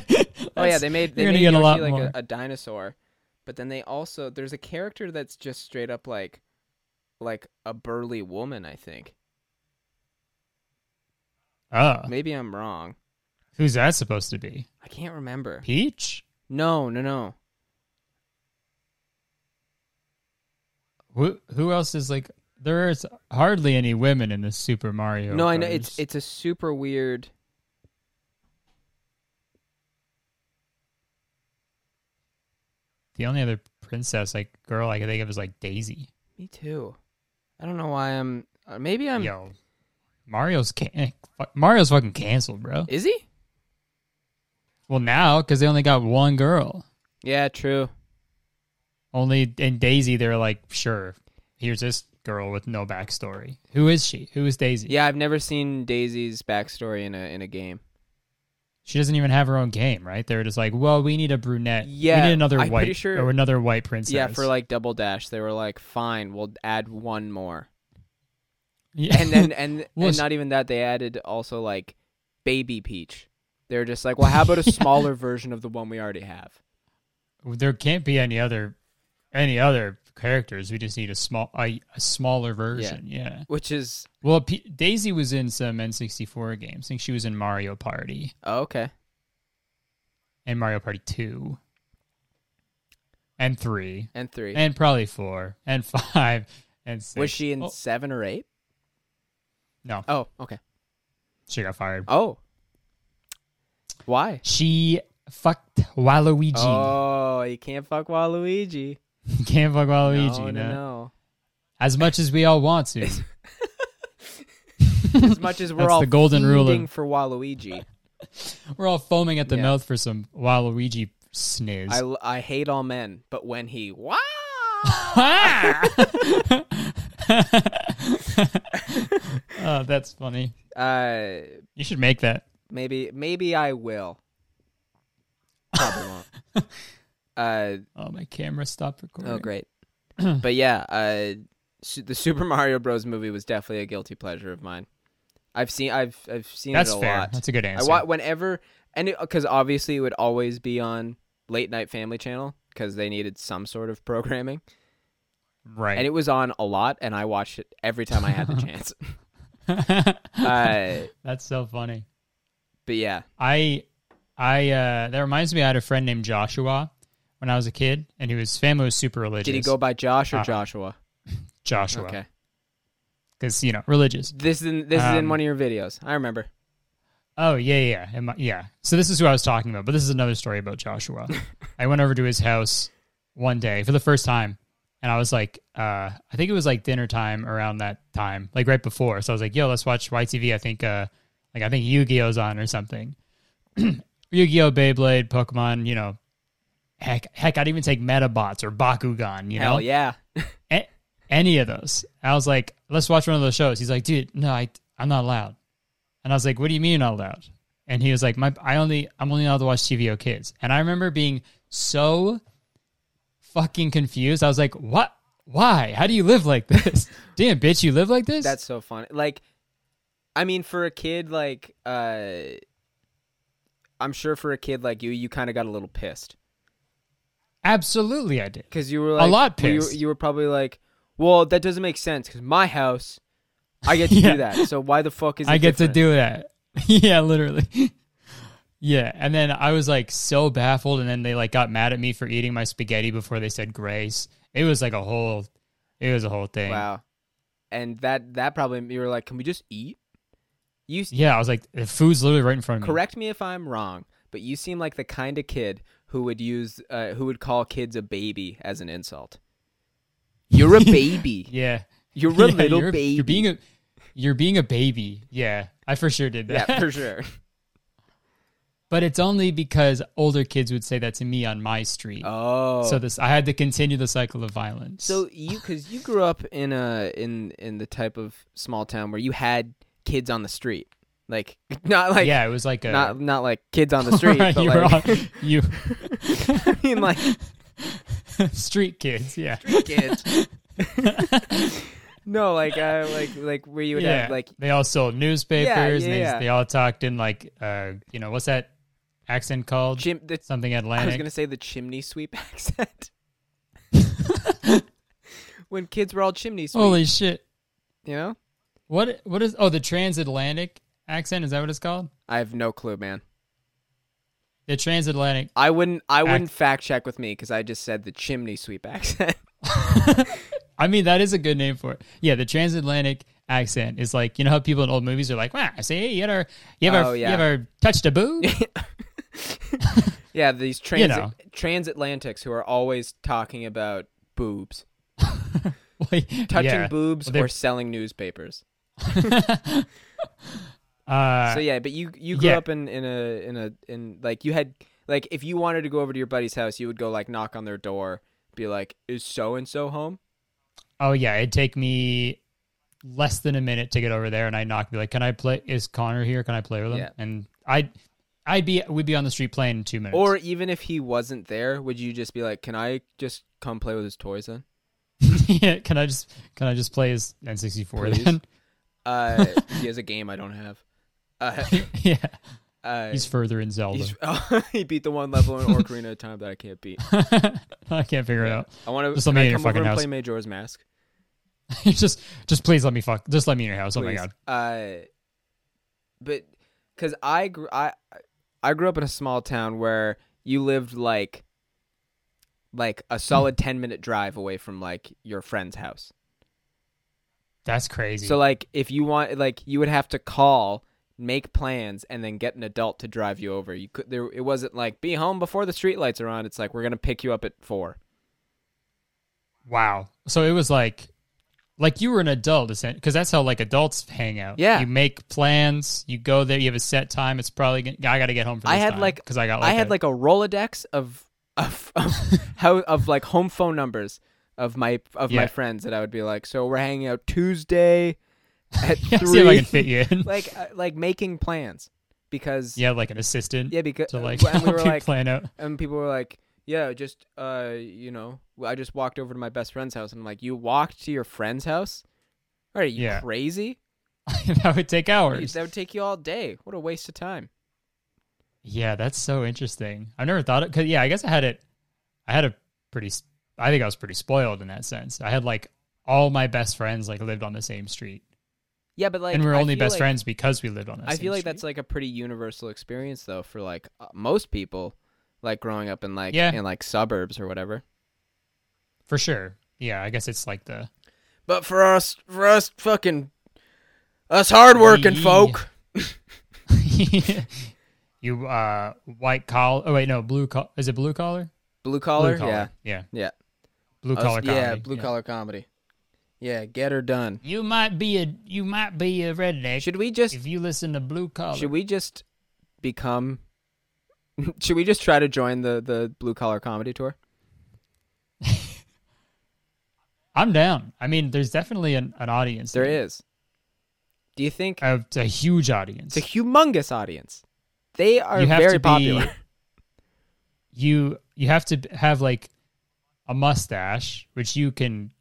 A: Oh yeah,
B: that's-
A: they made they
B: you're gonna
A: made
B: get a
A: Yoshi
B: lot
A: like
B: more.
A: a, a dinosaur, but then they also there's a character that's just straight up like like a burly woman. I think
B: Oh,
A: maybe I'm wrong.
B: who's that supposed to be?
A: I can't remember.
B: Peach?
A: No, no, no.
B: Who who else is like? There is hardly any women in this Super Mario.
A: No, I know
B: Brothers.
A: it's it's a super weird.
B: the only other princess like girl I can think of is like Daisy.
A: Me too. I don't know why I'm. Uh, maybe I'm.
B: Yo, Mario's can fuck- Mario's fucking canceled, bro.
A: Is he?
B: Well, now because they only got one girl.
A: Yeah, true.
B: Only in Daisy, they're like, sure, here's this girl with no backstory. Who is she? Who is Daisy?
A: Yeah, I've never seen Daisy's backstory in a in a game.
B: She doesn't even have her own game, right? They're just like, well, we need a brunette.
A: Yeah,
B: we need another
A: I'm pretty
B: white
A: sure-
B: or another white princess.
A: Yeah, for like Double Dash, they were like, "Fine, we'll add one
B: [laughs]
A: more,"
B: [laughs] Yeah.
A: and then and
B: Well,
A: and
B: it's-
A: not even that, they added also like Baby Peach. They're just like, "Well, how
B: [laughs]
A: about a smaller version of the one we already have?"
B: [laughs] there can't be any other any other characters. We just need a small a, a smaller version. Yeah.
A: Which is
B: Well, P- Daisy was in some N64 games. I think she was in Mario Party
A: oh, okay.
B: and Mario Party 2 and 3
A: And three.
B: and probably 4 and [laughs] 5 and 6.
A: was she in
B: Oh,
A: seven or eight?
B: no,
A: Oh, okay.
B: she got fired.
A: Oh, why?
B: She fucked Waluigi.
A: Oh, you can't fuck Waluigi.
B: [laughs] Can't fuck Waluigi.
A: no,
B: no.
A: no,
B: [laughs]
A: no.
B: As much as we all
A: [laughs]
B: want to.
A: As much as we're
B: That's
A: all
B: the golden rule of-
A: feeding for Waluigi,
B: We're all foaming at the
A: Yeah.
B: mouth for some Waluigi sniz.
A: I, I hate all men, but when he wow,
B: [laughs] oh, that's funny.
A: [laughs] uh,
B: You should make that.
A: maybe maybe I will. Probably won't.
B: [laughs]
A: Uh,
B: Oh, my camera stopped recording.
A: oh,
B: [clears throat]
A: great. but yeah, uh, su- the Super Mario Bros. movie was definitely a guilty pleasure of mine. I've seen I've I've seen
B: That's
A: it a
B: fair.
A: lot.
B: That's a good
A: I
B: answer.
A: wa- whenever and because obviously it would always be on late night Family Channel because they needed some sort of programming.
B: right.
A: and it was on a lot and i watched it every time i had the
B: [laughs]
A: chance [laughs] uh,
B: that's so funny.
A: but yeah
B: I I uh, that reminds me, I had a friend named Joshua when I was a kid, and his family was super religious.
A: Did he go by Josh or
B: Uh,
A: Joshua?
B: Joshua?
A: Okay.
B: Because you know, religious.
A: This is in, this is in
B: Um,
A: one of your videos. I remember.
B: Oh yeah, yeah, yeah. Am I- yeah. So this is who I was talking about, but this is another story about Joshua. I went over to his house one day for the first time, and I was like, uh, I think it was like dinner time around that time, like right before. So I was like, Yo, let's watch YTV. I think, uh, like, I think Yu Gi Oh's on or something. [clears throat] Yu Gi Oh, Beyblade, Pokemon. You know, heck, heck, I'd even take Metabots or Bakugan. You know,
A: Hell
B: [laughs]
A: yeah.
B: a- any of those. I was like, let's watch one of those shows. He's like, dude, no, I, I'm not allowed. And I was like, what do you mean you're not allowed? And he was like, my, I only, I'm only allowed to watch TVO Kids. And I remember being so fucking confused. I was like, what? Why? How do you live like this? [laughs] Damn, bitch, you live like this?
A: That's so funny. Like, I mean, for a kid, like, uh, I'm sure for a kid like you, you kind of got a little pissed
B: absolutely I did.
A: because you were like
B: lot
A: You,
B: pissed.
A: you were probably like, well, that doesn't make sense because my house, I get to
B: [laughs] Yeah.
A: do that. So why the fuck is it
B: I get
A: different?
B: to do that. [laughs] yeah, literally. yeah, and then I was like so baffled, and then they like got mad at me for eating my spaghetti before they said grace. It was like a whole, it was a whole thing.
A: Wow. And that that probably you were like, can we just eat? You s
B: Yeah, I was like, the food's literally right in front of me.
A: correct me if I'm wrong, but you seem like the kind of kid who would use uh, who would call kids a baby as an insult. You're a baby.
B: [laughs] Yeah, [laughs]
A: You're a
B: Yeah,
A: little
B: you're-
A: baby.
B: You're being a, you're being a baby. Yeah, I for sure did that.
A: yeah, for sure.
B: [laughs] but it's only because older kids would say that to me on my street.
A: Oh,
B: So this, I had to continue the cycle of violence.
A: so you because you grew up in a in in the type of small town where you had kids on the street, like [laughs] not like
B: yeah, it was like a
A: not not like kids on the
B: [laughs]
A: street,
B: Right,
A: but
B: you
A: like
B: were all, you
A: [laughs] I mean like
B: [laughs] street kids. Yeah,
A: kids. [laughs] no, like uh, like like where you would
B: yeah.
A: have like
B: they all sold newspapers. and
A: yeah,
B: they,
A: yeah.
B: they all talked in like uh, you know, what's that accent called?
A: chim- the,
B: Something
A: I was
B: Atlantic.
A: gonna say the chimney sweep [laughs]
B: [laughs]
A: accent. when kids were all chimney sweep,
B: Holy shit!
A: you know.
B: What what is? Oh, the transatlantic accent. Is that what it's called?
A: I have no clue, man. [laughs]
B: The transatlantic.
A: I wouldn't. I wouldn't fact check with me because I just said the chimney sweep [laughs] accent.
B: I mean, that is a good name for it. Yeah, the transatlantic accent is like you know how people in old movies are like, "Wow, I say, hey, you ever, you ever,
A: Oh, yeah.
B: you ever touched a
A: [laughs]
B: boo?" [laughs]
A: yeah, these trans
B: know.
A: transatlantics who are always talking about boobs,
B: Like,
A: touching
B: yeah.
A: boobs,
B: Well, they're-
A: or selling newspapers.
B: [laughs] Uh,
A: so yeah, but you you grew
B: yeah.
A: up in in a in a in like you had like if you wanted to go over to your buddy's house, you would go like knock on their door, be like, "Is so and so home?"
B: Oh yeah, it'd take me less than a minute to get over there, and I knock, be like, "Can I play? Is Connor here? Can I play with him?"
A: Yeah.
B: And I'd, I'd be, we'd be on the street playing in two minutes.
A: Or even if he wasn't there, would you just be like, "Can I just come play with his toys then?"
B: [laughs] yeah, can I just, can I just play his N sixty four
A: Please.
B: then? [laughs]
A: Uh, he has a game I don't have.
B: [laughs]
A: Uh,
B: yeah,
A: uh,
B: he's further in Zelda.
A: he's- [laughs] oh, he beat the one level in Ocarina of Time that I can't beat.
B: [laughs] I can't figure it out. [laughs]
A: I want to
B: Just
A: come
B: let me in your
A: over
B: fucking
A: and
B: house.
A: play Majora's Mask.
B: He's just, just please let me fuck. Just let me in your house. Oh my
A: please.
B: god.
A: Uh, but because I grew, I I grew up in a small town where you lived like like a solid
B: Hmm.
A: ten minute drive away from like your friend's house.
B: That's crazy.
A: So like if you want like you would have to call, make plans, and then get an adult to drive you over. You could there it wasn't like be home before the streetlights are on. It's like we're gonna pick you up at four.
B: wow. So it was like, like you were an adult, because that's how like adults hang out.
A: Yeah.
B: you make plans, you go there, you have a set time. It's probably gonna, I got to get home for. This
A: I had, like-
B: because I got
A: I
B: like
A: had
B: a-
A: like a Rolodex of of of, [laughs] how, of like home phone numbers of my of
B: Yeah.
A: my friends that I would be like, so we're hanging out
B: [laughs]
A: Tuesday at
B: [laughs] Yeah,
A: three,
B: see if I can fit you
A: [laughs]
B: in.
A: like uh, like making plans because yeah,
B: yeah, like an assistant
A: because [laughs]
B: to like
A: and
B: help
A: we were
B: you
A: like
B: plan out. [laughs]
A: and people were like, yeah, just uh, you know, I just walked over to my best friend's house, and I'm like, you walked to your friend's house? Are you
B: Yeah.
A: crazy?
B: that would
A: [laughs]
B: take hours.
A: That would take you all day. What a waste of time.
B: Yeah, that's so interesting. I never thought it. Cause yeah, I guess I had it. I had a pretty. s- I think I was pretty spoiled in that sense. I had like all my best friends like lived on the same street.
A: Yeah, but like,
B: and we were
A: I
B: only
A: feel
B: best
A: like-
B: friends because we lived on. The
A: I
B: same
A: feel like
B: street.
A: that's like a pretty universal experience though for like uh, most people, like growing up in like
B: Yeah.
A: in like suburbs or whatever.
B: for sure. Yeah, I guess it's like the [laughs]
A: But for us, for us, fucking us hardworking
B: Yee.
A: folk.
B: you uh white collar. Oh wait, no, blue collar. Is it blue collar?
A: Blue collar,
B: Blue
A: yeah,
B: yeah,
A: Yeah.
B: Blue
A: Us-
B: collar,
A: yeah,
B: comedy,
A: blue collar comedy. Yeah, get her done.
B: You might be a you might be a redneck
A: Should we just
B: if you listen to blue collar.
A: should we just become? [laughs] should we just try to join the the blue collar comedy tour?
B: I'm down. I mean, there's definitely an, an audience.
A: There is. Do you think
B: a, it's a huge audience.
A: it's a humongous audience? They are
B: You have
A: very
B: to be-
A: popular.
B: you you have to b- have like a mustache, which you can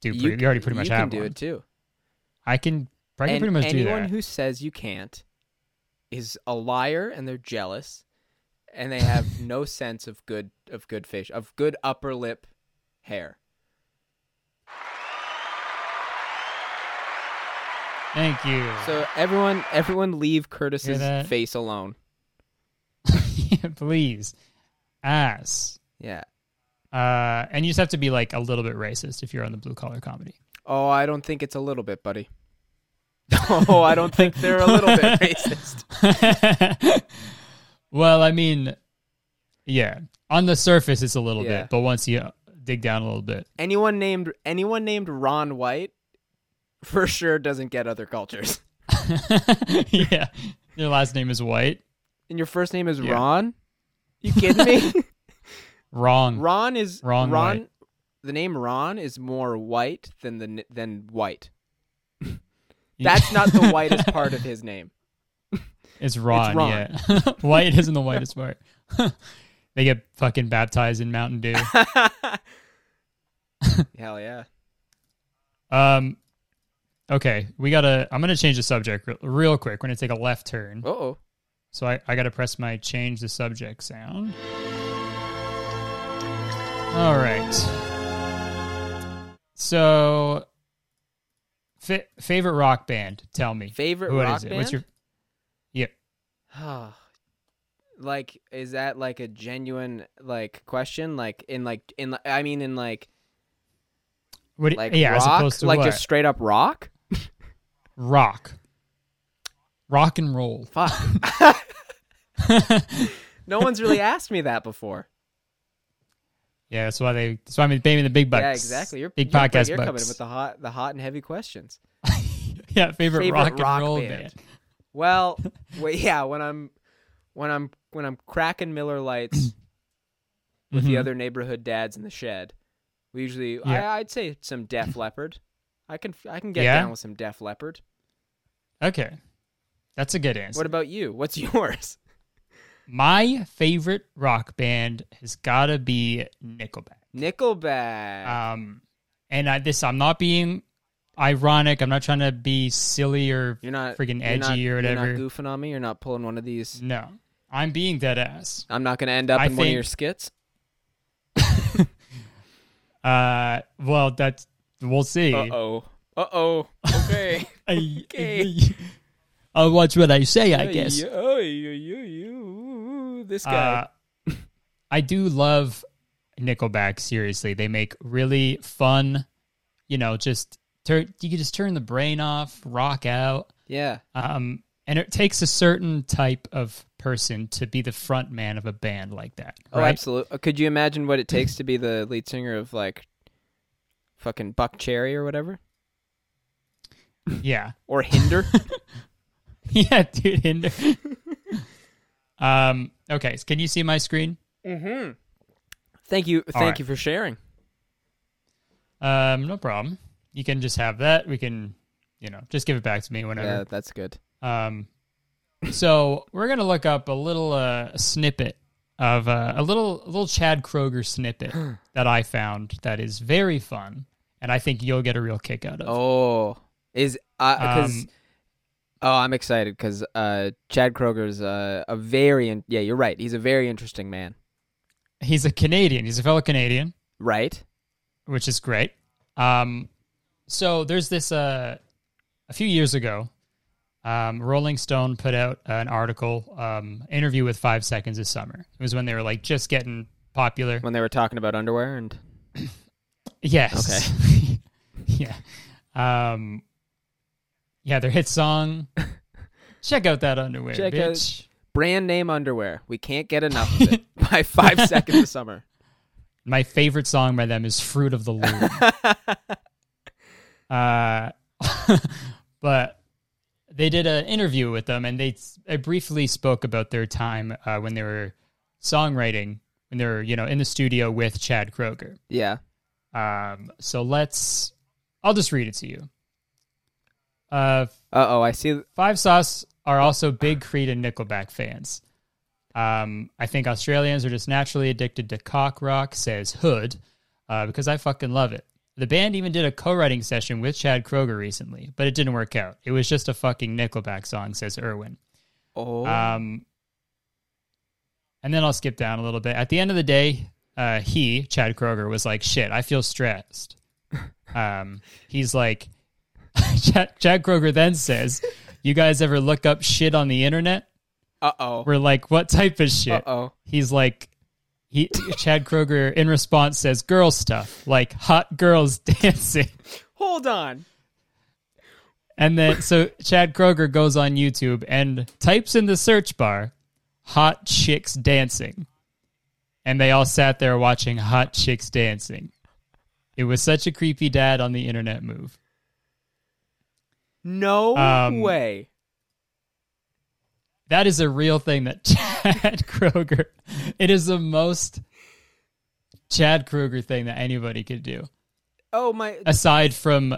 B: do. Pretty, you, already pretty much
A: you
B: have
A: can do
B: one.
A: it too.
B: I can. I can
A: and
B: pretty much do
A: anyone
B: that.
A: who says you can't is a liar, and they're jealous, and they
B: [laughs]
A: have no sense of good of good fish of good upper lip hair.
B: Thank you.
A: So everyone, everyone, leave Curtis's
B: that?
A: face alone.
B: [laughs] please, ass.
A: Yeah.
B: Uh, and you just have to be like a little bit racist if you're on the blue collar comedy. [laughs]
A: Oh, I don't think it's a little bit, buddy. oh, I don't think they're a little
B: [laughs]
A: bit racist.
B: well, I mean, yeah. On the surface, it's a little
A: Yeah.
B: bit, but once you dig down a little bit, [laughs]
A: Anyone named anyone named Ron White for sure doesn't get other cultures.
B: yeah. Your last name is White.
A: And your first name is
B: Yeah.
A: Ron? You kidding
B: [laughs]
A: me?
B: Wrong.
A: Ron is
B: Hmm. Ron
A: Ron.
B: White.
A: The name Ron is more white than the n- than white. That's not the whitest part of his name.
B: [laughs] It's Ron.
A: Ron.
B: Yeah. [laughs] White isn't the whitest part. [laughs] they get fucking baptized in Mountain Dew.
A: Hell yeah!
B: Um. Okay, we gotta. I'm gonna change the subject re- real quick. We're gonna take a left turn.
A: Oh,
B: So I, I gotta press my change the subject sound. All right. So, fa- favorite rock band? Tell me.
A: favorite
B: What
A: rock
B: is it?
A: band.
B: What's your? Yeah.
A: [sighs] like, is that like a genuine like question? Like in like in like, I mean in like
B: What?
A: like
B: yeah.
A: rock?
B: As opposed to
A: like
B: what?
A: just straight up rock.
B: rock. Rock and roll. [laughs]
A: Fuck. no one's really asked me that before.
B: Yeah, that's why they. That's why I'm paying the big bucks.
A: Yeah, exactly. You're
B: big
A: you're,
B: podcast
A: You're
B: bucks.
A: coming in
B: [laughs]
A: with the hot, the hot and heavy questions.
B: yeah, favorite,
A: favorite
B: rock and
A: rock
B: roll
A: band.
B: band.
A: Well, wait, yeah, when I'm when I'm when I'm cracking Miller Lights with the
B: Mhm.
A: other neighborhood dads in the shed, we usually
B: Yeah.
A: I, I'd say some Def Leppard. I can I can get
B: Yeah?
A: down with some Def Leppard.
B: Okay, that's a good answer.
A: What about you? What's yours?
B: My favorite rock band has got to be Nickelback.
A: Nickelback.
B: Um, and I, this I'm not being ironic. I'm not trying to be silly or
A: you're not
B: friggin'
A: you're not-
B: edgy or whatever.
A: You're not goofing on me. You're not pulling one of these.
B: no, I'm being dead ass.
A: I'm not going to end up
B: I
A: in one of
B: think-
A: your skits.
B: Uh, well, that's we'll see.
A: Uh oh. Uh oh. Okay.
B: I,
A: Okay.
B: will watch what I say, I guess.
A: Ay, ay, ay, ay, ooh, ooh, This guy.
B: Uh, [laughs] I do love Nickelback. Seriously, they make really fun. You know, just turn. You can just turn the brain off, rock out.
A: yeah.
B: Um, and it takes a certain type of person to be the front man of a band like that,
A: Oh,
B: right?
A: absolutely. Could you imagine what it takes to be the lead singer of like fucking Buck Cherry or whatever?
B: Yeah, [laughs]
A: Or Hinder?
B: yeah, dude. Hinder. [laughs] um. Okay. so Can you see my screen?
A: mm-hmm. [laughs] Thank you. Thank
B: right.
A: you for sharing.
B: Um. No problem. You can just have that. We can, you know, just give it back to me whenever.
A: Yeah, that's good.
B: Um, so we're gonna look up a little uh, snippet of uh, a little a little Chad Kroger snippet that I found that is very fun, and I think you'll get a real kick out of.
A: Oh, is uh 'cause
B: Um,
A: oh, I'm excited because uh, Chad Kroger's uh, a very in- yeah, you're right. He's a very interesting man,
B: He's a Canadian. He's a fellow Canadian,
A: right?
B: which is great. Um, so there's this uh, a a few years ago, um, Rolling Stone put out an article, um, interview with Five Seconds of Summer. It was when they were like just getting popular.
A: When they were talking about underwear and
B: Yes. [laughs] Okay. yeah. Um, yeah, their
A: [laughs]
B: hit song. Check out that underwear,
A: Check out-
B: bitch.
A: brand name underwear, we can't get enough of [laughs] it by five seconds of summer.
B: My favorite song by them is "Fruit of the Loom."
A: [laughs]
B: uh, [laughs] but they did an interview with them, and they I briefly spoke about their time uh, when they were songwriting, when they were you know in the studio with Chad Kroger.
A: yeah.
B: Um, so let's, I'll just read it to you. Uh,
A: Uh oh, I see.
B: Five Sauce are also big Creed and Nickelback fans. Um, I think Australians are just naturally addicted to cock rock, says Hood, uh, because I fucking love it. The band even did a co writing session with Chad Kroger recently, but it didn't work out. It was just a fucking Nickelback song, says Irwin.
A: Oh,
B: Um, and then I'll skip down a little bit. At the end of the day, uh, he, Chad Kroger, was like, shit, I feel stressed. Um, he's like, [laughs] Chad, Chad Kroger then says, you guys ever look up shit on the internet?
A: uh oh,
B: We're like, what type of
A: uh
B: shit?
A: oh.
B: He's like, he, Chad Kroger in response says, girl stuff, like hot girls [laughs] dancing.
A: Hold on.
B: And then so Chad Kroger goes on YouTube and types in the search bar hot chicks dancing. And they all sat there watching hot chicks dancing. It was such a creepy dad on the internet move.
A: No
B: Um,
A: way.
B: That is a real thing that [laughs] Chad Kroger it is the most Chad Kroger thing that anybody could do.
A: Oh my.
B: Aside from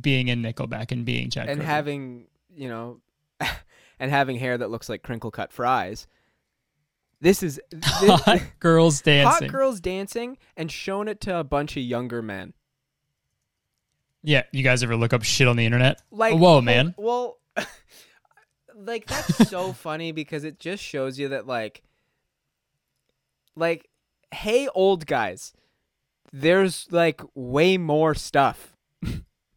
B: being in Nickelback and being Chad
A: and
B: Kroeger.
A: having you know, [laughs] and having hair that looks like crinkle cut fries. This
B: [laughs]
A: is this,
B: [laughs] hot girls dancing.
A: hot girls dancing and showing it to a bunch of younger men.
B: Yeah, you guys ever look up shit on the internet?
A: Like
B: whoa,
A: well-
B: man!
A: Well, [laughs] like
B: [laughs]
A: that's so funny because it just shows you that like, like, hey, old guys, there's like way more stuff.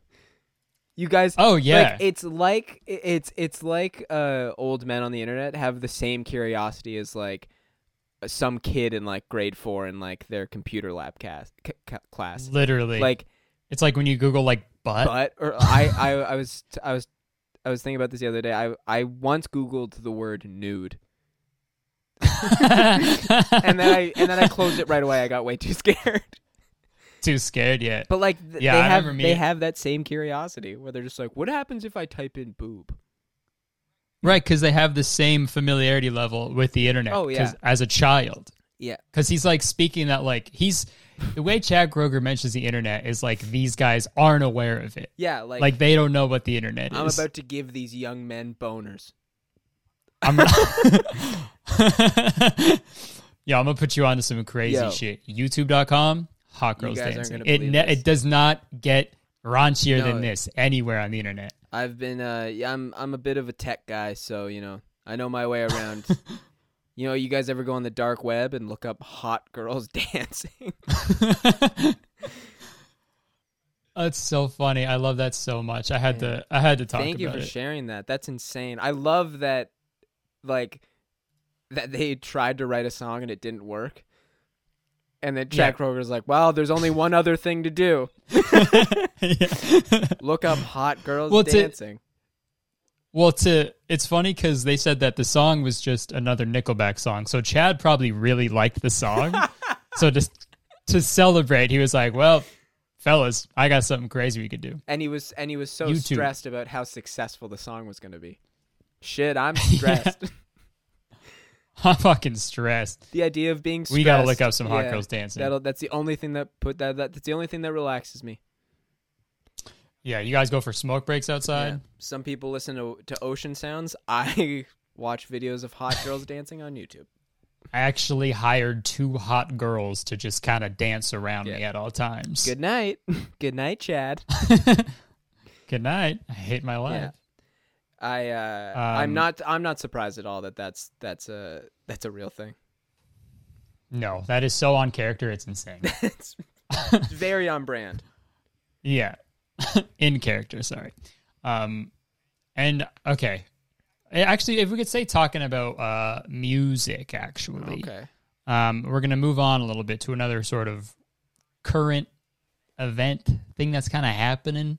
A: [laughs] you guys,
B: Oh yeah,
A: Like it's like i- it's it's like uh old men on the internet have the same curiosity as like uh, some kid in like grade 4 in like their computer lab cast, c- c- class.
B: literally. Like
A: Like
B: it's like when you Google like butt.
A: but or I I I was I was I was thinking about this the other day. I I once googled the word nude
B: [laughs]
A: and then I and then I closed it right away. I got way too [laughs] scared.
B: too scared yet.
A: But like th-
B: Yeah,
A: they
B: I
A: have
B: remember me-
A: they have that same curiosity where they're just like what happens if I type in boob?
B: Right, because they have the same familiarity level with the internet.
A: Oh,
B: 'cause
A: yeah.
B: as a child,
A: Yeah.
B: because he's like speaking that like he's the way Chad Kroger mentions the internet is like these guys aren't aware of it.
A: Yeah,
B: Like, they don't know what the internet
A: I'm
B: is.
A: about to give these young men boners.
B: I'm
A: [laughs]
B: yeah, I'm gonna put you onto some crazy
A: Yo.
B: shit. YouTube.com, hot girls
A: guys aren't
B: dancing.
A: gonna
B: It
A: believe
B: ne-
A: this.
B: it does not get raunchier
A: No.
B: than this anywhere on
A: [laughs]
B: the internet.
A: I've been uh yeah, I'm I'm a bit of a tech guy, so you know, I know my way
B: [laughs]
A: around. you know, you guys ever go on the dark web and look up hot girls [laughs] dancing?
B: That's so funny. I love that so much. I had to I had to talk
A: Thank you
B: about
A: for
B: it.
A: sharing that. That's insane. I love that like that they tried to write a song and it didn't work. And then Jack Kroger's like, "Well, there's only
B: [laughs]
A: one other thing to do.
B: Yeah.
A: Look up hot girls
B: Well, to-
A: dancing."
B: Well, to it's funny because they said that the song was just another Nickelback song, so Chad probably really liked the song.
A: [laughs]
B: so just to celebrate, he was like, "Well, fellas, I got something crazy we could do." [laughs]
A: And he was and he was so
B: YouTube.
A: stressed about how successful the song was going to be. Shit,
B: [laughs]
A: I'm stressed.
B: I'm fucking stressed.
A: the idea of being stressed.
B: We gotta look up some hot
A: yeah,
B: girls dancing.
A: That'll, that's the only thing that put that, that that's the only thing that relaxes me.
B: Yeah, you guys go for smoke breaks outside.
A: Yeah. Some people listen to to ocean sounds. [laughs] I watch videos of hot girls dancing on YouTube.
B: I actually hired two hot girls to just kind of dance around me
A: Yeah.
B: at all times.
A: Good night. [laughs] Good night, Chad.
B: Good night. I hate my life.
A: Yeah. I uh, I'm
B: Um,
A: not I'm not surprised at all that that's that's a that's a real thing. [laughs]
B: No, that is so on character. It's insane. [laughs]
A: it's, it's very on brand.
B: Yeah. In character, sorry. Um And okay, Eh, actually, if we could say talking about uh, music, actually,
A: Okay.
B: um, we're gonna move on a little bit to another sort of current event thing that's kind of happening.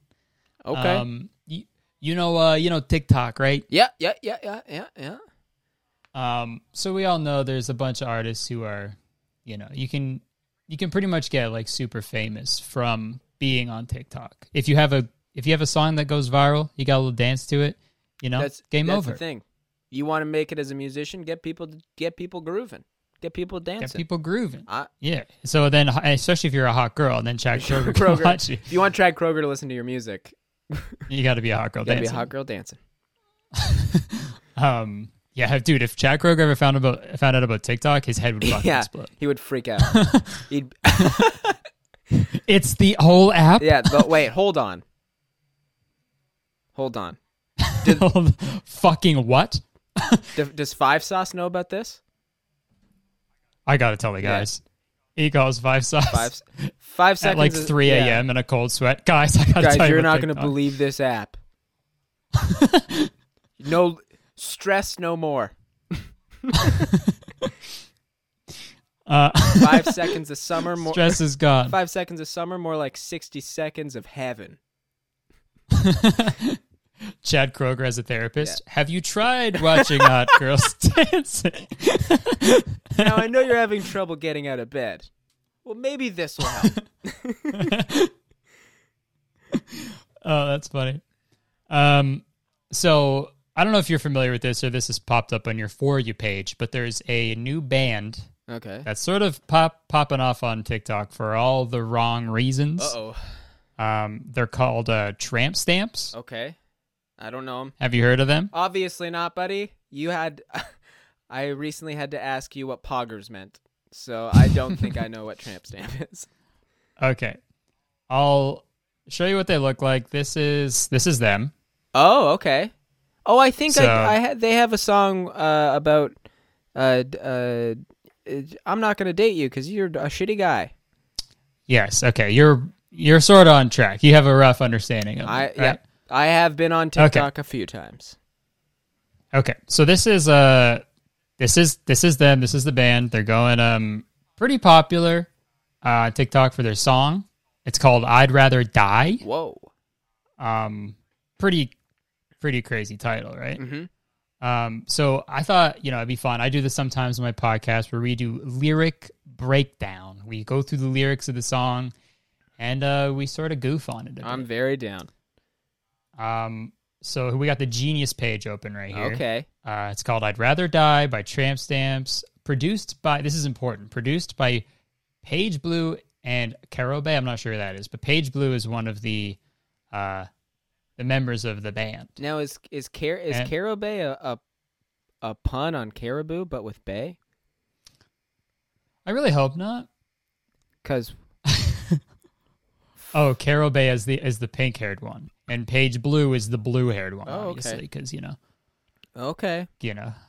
A: Okay.
B: Um, you, you know, uh, you know TikTok, right?
A: yeah, yeah, yeah, yeah, yeah, yeah.
B: Um, so we all know there's a bunch of artists who are, you know, you can you can pretty much get like super famous from being on TikTok. If you have a if you have a song that goes viral, you got a little dance to it, you know,
A: that's
B: game
A: that's
B: over.
A: The thing, you want to make it as a musician, get people to get people grooving, get people
B: Get
A: dancing.
B: people grooving. [laughs]
A: I-
B: yeah. So then, especially if you're a hot girl, and then
A: [laughs]
B: Chad Kroger, can
A: Kroger.
B: watch you.
A: If you want Chad Kroger to listen to your music,
B: You got to be a hot girl.
A: you gotta be a
B: dancing.
A: hot girl dancing.
B: Um, yeah, dude. If Chad Kroger ever found about found out about TikTok, his head would
A: [laughs]
B: fucking
A: yeah,
B: explode.
A: he would freak
B: [laughs]
A: out. He'd,
B: It's the whole app.
A: yeah, but wait, hold on, hold on.
B: [laughs] fucking what?
A: D- does Five Sauce know about this?
B: I gotta tell the
A: Yeah.
B: guys. He calls five sauce
A: Five, five
B: at
A: seconds
B: like
A: is-
B: three
A: yeah.
B: a.m. in a cold sweat. Guys, I gotta tell
A: Guys,
B: you
A: you're not
B: about
A: gonna
B: TikTok.
A: believe this
B: [laughs]
A: app. no stress, no more.
B: Uh,
A: Five seconds of summer, [laughs] more
B: stress is gone.
A: five seconds of summer, more like sixty seconds of heaven.
B: Chad Kroger as a therapist. Have you tried
A: [laughs]
B: watching hot girls dancing?
A: Now I know you're having trouble getting out of bed. Well, maybe this will help.
B: oh, that's funny. Um, so I don't know if you're familiar with this or this has popped up on your for you page, but there's a new band
A: okay.
B: that's sort of pop popping off on TikTok for all the wrong reasons.
A: Uh oh.
B: Um, they're called uh, tramp stamps.
A: Okay. I don't know him.
B: Have you heard of them?
A: Obviously not, buddy. You had. [laughs] I recently had to ask you what poggers meant, so I don't think I know what tramp stamp is.
B: Okay, I'll show you what they look like. This is this is them.
A: Oh, okay. Oh, I think
B: So-
A: I, I ha- they have a song uh, about. Uh, d- uh, d- I'm not gonna date you because you're a shitty guy.
B: Yes. Okay, you're you're sort of on track. You have a rough understanding of.
A: I
B: it,
A: yeah.
B: right?
A: I have been on
B: Okay.
A: TikTok a few times.
B: Okay, so this is uh this is this is them. This is the band. They're going um pretty popular uh on TikTok for their song. It's called "I'd Rather Die."
A: Whoa.
B: Um, pretty pretty crazy title, right?
A: Mm-hmm.
B: Um, so I thought, you know, it'd be fun. I do this sometimes in my podcast where we do lyric breakdown. We go through the lyrics of the song and uh, we sort of goof on it. a
A: I'm
B: bit.
A: very down.
B: Um, so we got the Genius page open right here.
A: Okay.
B: Uh, it's called I'd Rather Die by Tramp Stamps, produced by, this is important, produced by Page Blue and Carol Bay. I'm not sure who that is, but Page Blue is one of the, uh, the members of the band.
A: Now is is car is
B: And-
A: Caribou Bay a, a a pun on caribou but with bay?
B: I really hope not.
A: Cuz
B: Oh, Carol Bay is the is the pink haired one, and Paige Blue is the blue haired one.
A: Oh, okay.
B: obviously, because you know,
A: okay.
B: you know. [laughs]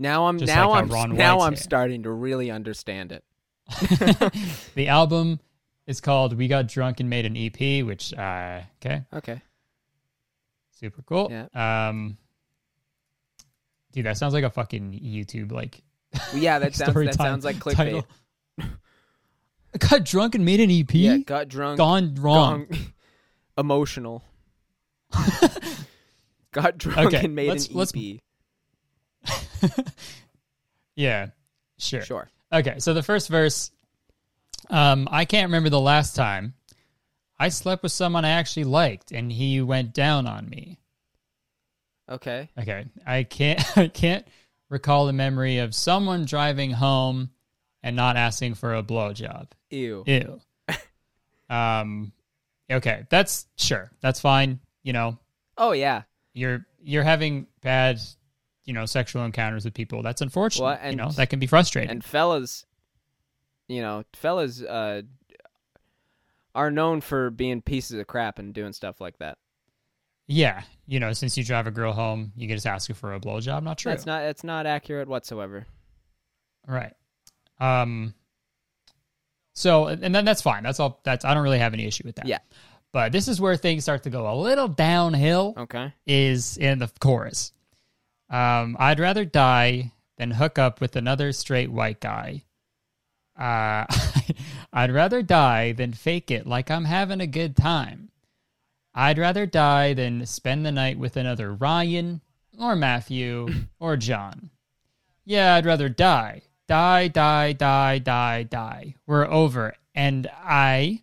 A: Now I'm
B: Just
A: now
B: like how
A: I'm
B: Ron
A: now
B: White's
A: I'm
B: hair.
A: starting to really understand it.
B: the album is called "We Got Drunk and Made an EP," which uh, okay,
A: Okay.
B: super cool.
A: Yeah.
B: Um, dude, that sounds like a fucking YouTube like
A: Well, yeah,
B: [laughs]
A: that sounds
B: story
A: that
B: time
A: sounds like clickbait.
B: title. [laughs] got drunk and made an EP.
A: Yeah, got drunk.
B: Gone wrong.
A: gone- [laughs]
B: [laughs]
A: emotional. got drunk
B: Okay,
A: and made
B: let's-
A: an E
B: let's-
A: EP.
B: Yeah, sure.
A: Sure.
B: Okay, so the first verse, um, I can't remember the last time I slept with someone I actually liked, and he went down on me.
A: Okay.
B: Okay, I can't, [laughs] I can't recall the memory of someone driving home and not asking for a blowjob.
A: Ew.
B: Ew.
A: [laughs]
B: um, okay, that's sure, that's fine. You know,
A: Oh yeah.
B: you're you're having bad, you know, sexual encounters with people. That's unfortunate.
A: Well,
B: you
A: and-
B: know, that can be frustrating.
A: and fellas you know fellas uh are known for being pieces of crap and doing stuff like that
B: Yeah, you know, since you drive a girl home, you can just ask her for a blowjob. Not true,
A: that's not that's not accurate whatsoever
B: right? Um. So and then that's fine. That's all. That's I don't really have any issue with that.
A: Yeah.
B: But this is where things start to go a little downhill
A: Okay.
B: is in the chorus. Um, I'd rather die than hook up with another straight white guy. Uh, [laughs] I'd rather die than fake it like I'm having a good time. I'd rather die than spend the night with another Ryan or Matthew or John. Yeah, I'd rather die. Die, die, die, die, die. We're over. And I.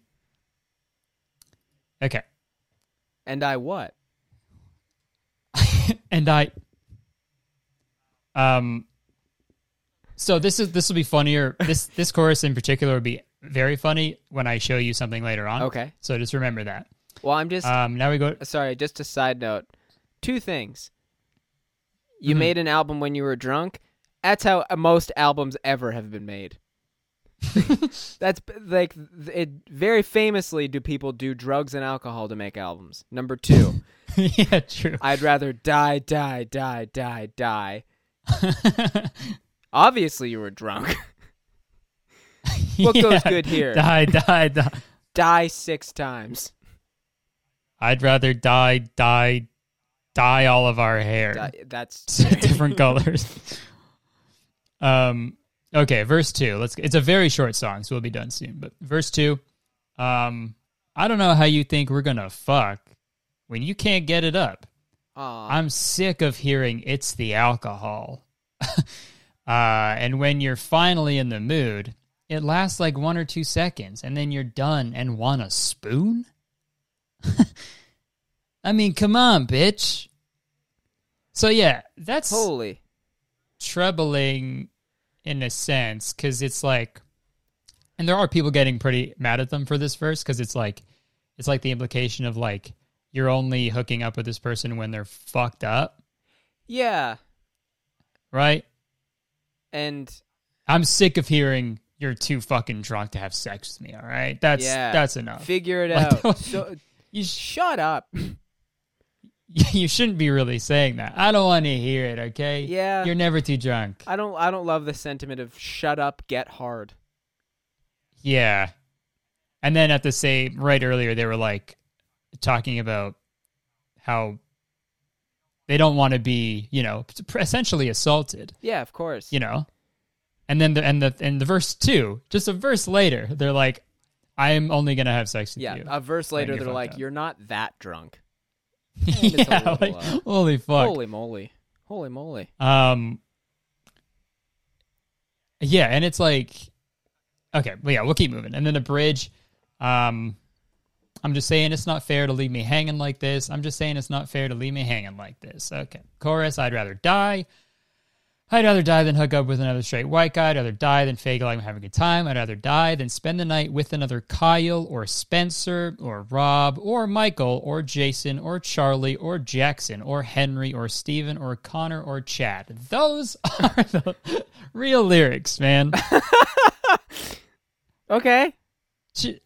B: Okay.
A: And I what?
B: and I um so this is this will be
A: [laughs]
B: funnier this this chorus in particular will be very funny when I show you something later on.
A: Okay.
B: So just remember that.
A: Well, I'm just
B: Um now we
A: [laughs]
B: go
A: sorry. Just a side note. Two things. You made an album when you were drunk. That's how most albums ever have been made. That's like th- it. Very famously, do people do drugs and alcohol to make albums? Number two,
B: [laughs] Yeah, true.
A: I'd rather die, die, die, die, die. Obviously, you were drunk. [laughs] What goes good here?
B: Die, die, die.
A: die six times.
B: I'd rather die, die, die all of our hair.
A: Die, that's
B: [laughs] different colors. Um. Okay, verse two. Let's. It's a very short song, so we'll be done soon. But verse two. Um. I don't know how you think we're gonna fuck when you can't get it up.
A: Aw.
B: I'm sick of hearing it's the alcohol. [laughs] uh, and when you're finally in the mood, it lasts like one or two seconds, and then you're done and want a spoon? [laughs] I mean, come on, bitch. So, yeah, that's
A: holy.
B: troubling in a sense because it's like and there are people getting pretty mad at them for this verse because it's like it's like the implication of like you're only hooking up with this person when they're fucked up
A: Yeah,
B: right
A: and
B: i'm sick of hearing you're too fucking drunk to have sex with me all right that's
A: yeah,
B: that's enough
A: Figure it
B: Like,
A: out.
B: don't-
A: so,
B: you, sh-
A: shut up.
B: [laughs] you shouldn't be really saying that i don't want to hear it okay
A: Yeah.
B: you're never too drunk
A: I don't. I don't love the sentiment of shut up, get hard.
B: Yeah. And then at the same right earlier they were like talking about how they don't want to be, you know, essentially assaulted,
A: Yeah, of course.
B: you know. And then the and the and the verse 2, just a verse later, they're like I'm only going to have sex with
A: yeah.
B: you. [laughs]
A: A verse later,
B: you're
A: they're
B: fucked
A: like,
B: up.
A: "You're not that drunk." a
B: yeah,
A: little,
B: like,
A: uh,
B: holy fuck.
A: Holy moly! Holy moly!
B: Um Yeah, and it's like okay, well yeah, we'll keep moving. And then the bridge um I'm just saying it's not fair to leave me hanging like this. I'm just saying it's not fair to leave me hanging like this. Okay. Chorus, I'd rather die. I'd rather die than hook up with another straight white guy. I'd rather die than fake like I'm having a good time. I'd rather die than spend the night with another Kyle or Spencer or Rob or Michael or Jason or Charlie or Jackson or Henry or Steven or Connor or Chad. Those [laughs] are the real lyrics, man. [laughs]
A: Okay. [laughs]
B: Ch-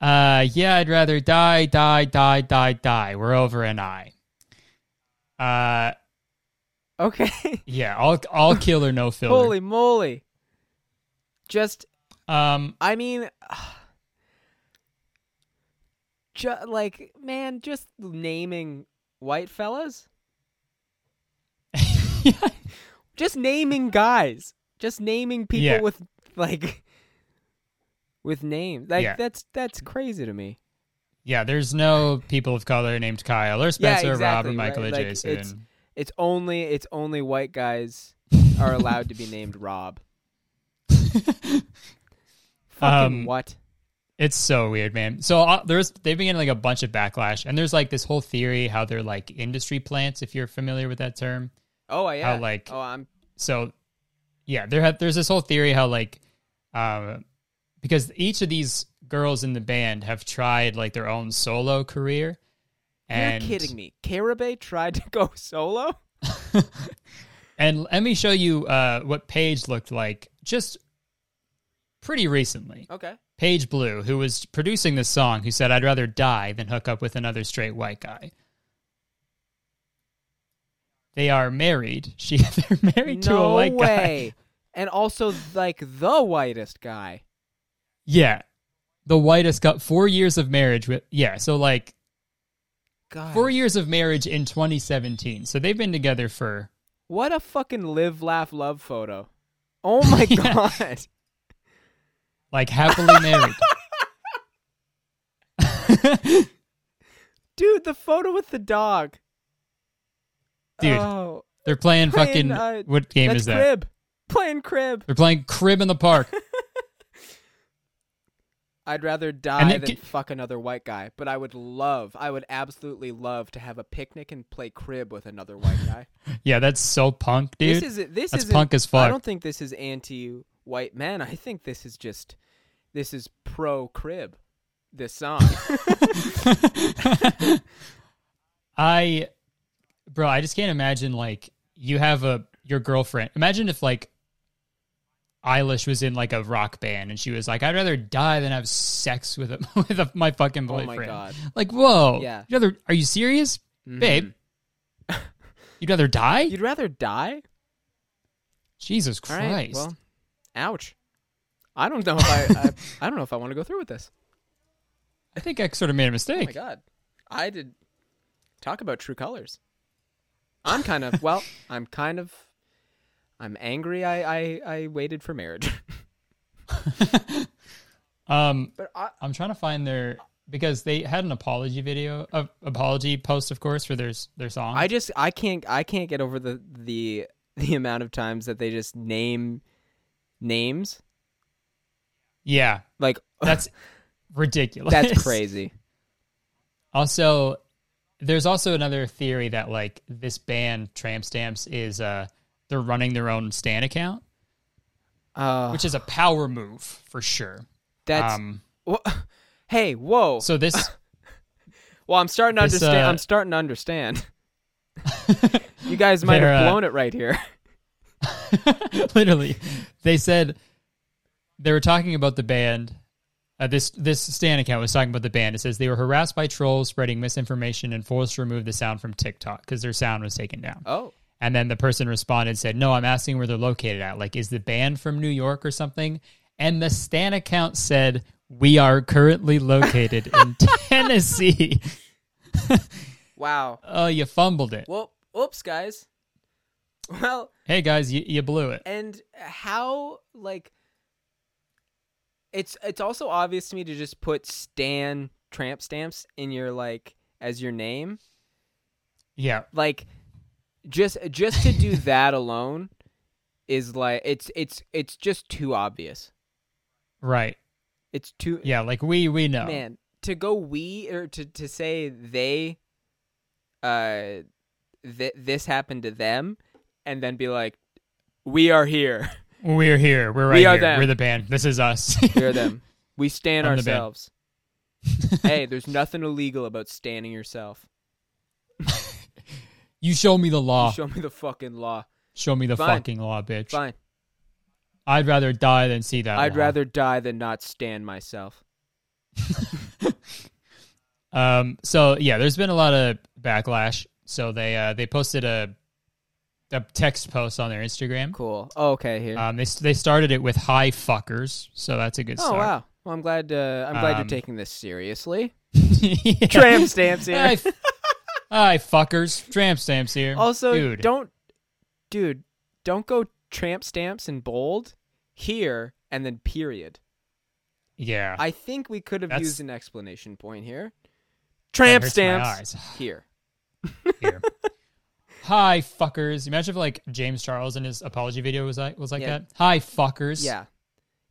B: Uh, yeah, I'd rather die, die, die, die, die. We're over an eye. Uh,
A: Okay.
B: yeah, all all kill or no filler.
A: holy moly! Just
B: Um, [laughs]
A: I mean, [sighs] ju- like, man, just naming white fellas, just naming guys, just naming people
B: Yeah.
A: with like [laughs] with names. Like
B: Yeah.
A: that's that's crazy to me.
B: Yeah, there's no people of color named Kyle or Spencer, Rob, or
A: exactly,
B: Michael,
A: right?
B: or
A: Like,
B: Jason.
A: it's- [laughs] It's only it's only white guys are allowed to be named
B: [laughs]
A: Rob. Fucking
B: Um,
A: what?
B: It's so weird, man. So uh, there's they've been getting like a bunch of backlash, and there's like this whole theory how they're like industry plants, if you're familiar with that term.
A: Oh yeah.
B: like-
A: oh I'm
B: So yeah, there have, there's this whole theory how like um, because each of these girls in the band have tried like their own solo career. And
A: you're kidding me. Caribe tried to go [laughs] solo.
B: And let me show you uh, what Paige looked like just pretty recently.
A: Okay.
B: Paige Blue, who was producing this song, who said, I'd rather die than hook up with another straight white guy. They are married. [laughs] She they're married to a
A: no
B: white guy.
A: way. And also like the whitest guy.
B: [laughs] Yeah. the whitest cup. Four years of marriage with yeah. So like
A: God.
B: four years of marriage in 2017. So they've been together for
A: What a fucking live, laugh, love photo. Oh my
B: [laughs] Yeah.
A: god.
B: like happily
A: [laughs]
B: married. [laughs]
A: Dude, the photo with the dog.
B: Dude,
A: Oh,
B: They're playing
A: Playing,
B: fucking
A: uh,
B: what game
A: that's
B: is that?
A: crib. Playing crib.
B: They're playing crib in the park. [laughs]
A: I'd rather die
B: then
A: than
B: c-
A: fuck another white guy, but I would love, I would absolutely love to have a picnic and play crib with another white guy.
B: yeah, that's so punk, dude.
A: this is this
B: that's
A: is
B: punk as
A: I
B: fuck.
A: don't think this is anti-white man. I think this is just this is pro crib. This
B: [laughs]
A: song.
B: [laughs] I bro, I just can't imagine like you have a your girlfriend. Imagine if like Eilish was in like a rock band and she was like, "I'd rather die than have sex with a, [laughs] with a, my fucking
A: Oh my
B: boyfriend."
A: God.
B: Like, whoa,
A: Yeah. Mm-hmm.
B: You'd rather, are you serious,
A: [laughs]
B: babe? You'd rather die?
A: You'd rather die?
B: Jesus
A: All
B: Christ!
A: right. Well, ouch. I don't know if I, I I don't know if I want to go through with this.
B: I think I sort of made a
A: Oh
B: mistake.
A: my god. I did talk about true colors. I'm kind of well, I'm kind of I'm angry I I, I waited for marriage. [laughs]
B: um,
A: But I
B: I'm trying to find their because they had an apology video, uh, apology post, of course, for their s- their song.
A: I just I can't I can't get over the the the amount of times that they just name names.
B: yeah, [laughs]
A: Like [laughs]
B: that's ridiculous.
A: that's crazy.
B: Also, there's also another theory that like this band Tramp Stamps is uh they're running their own Stan account,
A: Uh
B: which is a power move for sure.
A: that's
B: um,
A: wha- [laughs] Hey, whoa.
B: so this [laughs]
A: well, I'm starting to
B: this,
A: understand.
B: uh,
A: I'm starting to
B: [laughs]
A: understand. you guys might
B: They're,
A: have
B: uh,
A: blown it right
B: [laughs]
A: here.
B: literally they said they were talking about the band uh, this this stan account was talking about the band it says they were harassed by trolls spreading misinformation and forced to remove the sound from tiktok because their sound was taken down
A: Oh.
B: and then the person responded said no i'm asking where they're located at like is the band from new york or something and the stan account said we are currently located in
A: [laughs]
B: tennessee
A: Wow.
B: oh you fumbled it
A: Well, oops, guys. Well,
B: hey guys you, you blew it
A: and how like it's it's also obvious to me to just put Stan tramp stamps in your like as your name.
B: yeah
A: Like just just to do that alone is like it's it's it's just too obvious.
B: right
A: It's too
B: yeah like we we know
A: man to go we or to to say they uh th- this happened to them and then be like we are
B: [laughs]
A: here.
B: We're here. We're right
A: We are
B: here.
A: them.
B: We're the band. This is us.
A: We're them. We stand
B: I'm the band.
A: ourselves. hey, there's nothing illegal about standing yourself.
B: [laughs] you show me the
A: You
B: law. Show,
A: show me the fucking law.
B: me the
A: Fine.
B: fucking law, bitch.
A: Fine.
B: I'd rather die than see that.
A: I'd
B: law.
A: rather die than not stand myself.
B: Um. So yeah, there's been a lot of backlash. So they uh they posted a a text post on their Instagram.
A: Cool. Oh, okay, here.
B: Um. They they started it with "Hi fuckers," so that's a good
A: oh
B: start.
A: wow. Well, I'm glad. Uh, I'm glad
B: Um,
A: you're taking this seriously.
B: [laughs] Yeah.
A: Tram stamps here.
B: Hi, f- hi fuckers. Tramp stamps here.
A: [laughs] Also,
B: dude.
A: don't, dude, don't go tramp stamps in bold here and then period.
B: Yeah.
A: I think we could have
B: Ah. That's-
A: used an explanation point here.
B: That
A: Tramp
B: hurts my
A: stamps
B: eyes. [laughs]
A: here.
B: [sighs] here. Hi fuckers. Imagine if like James Charles in his apology video was like was like
A: Yeah.
B: that. Hi fuckers.
A: Yeah,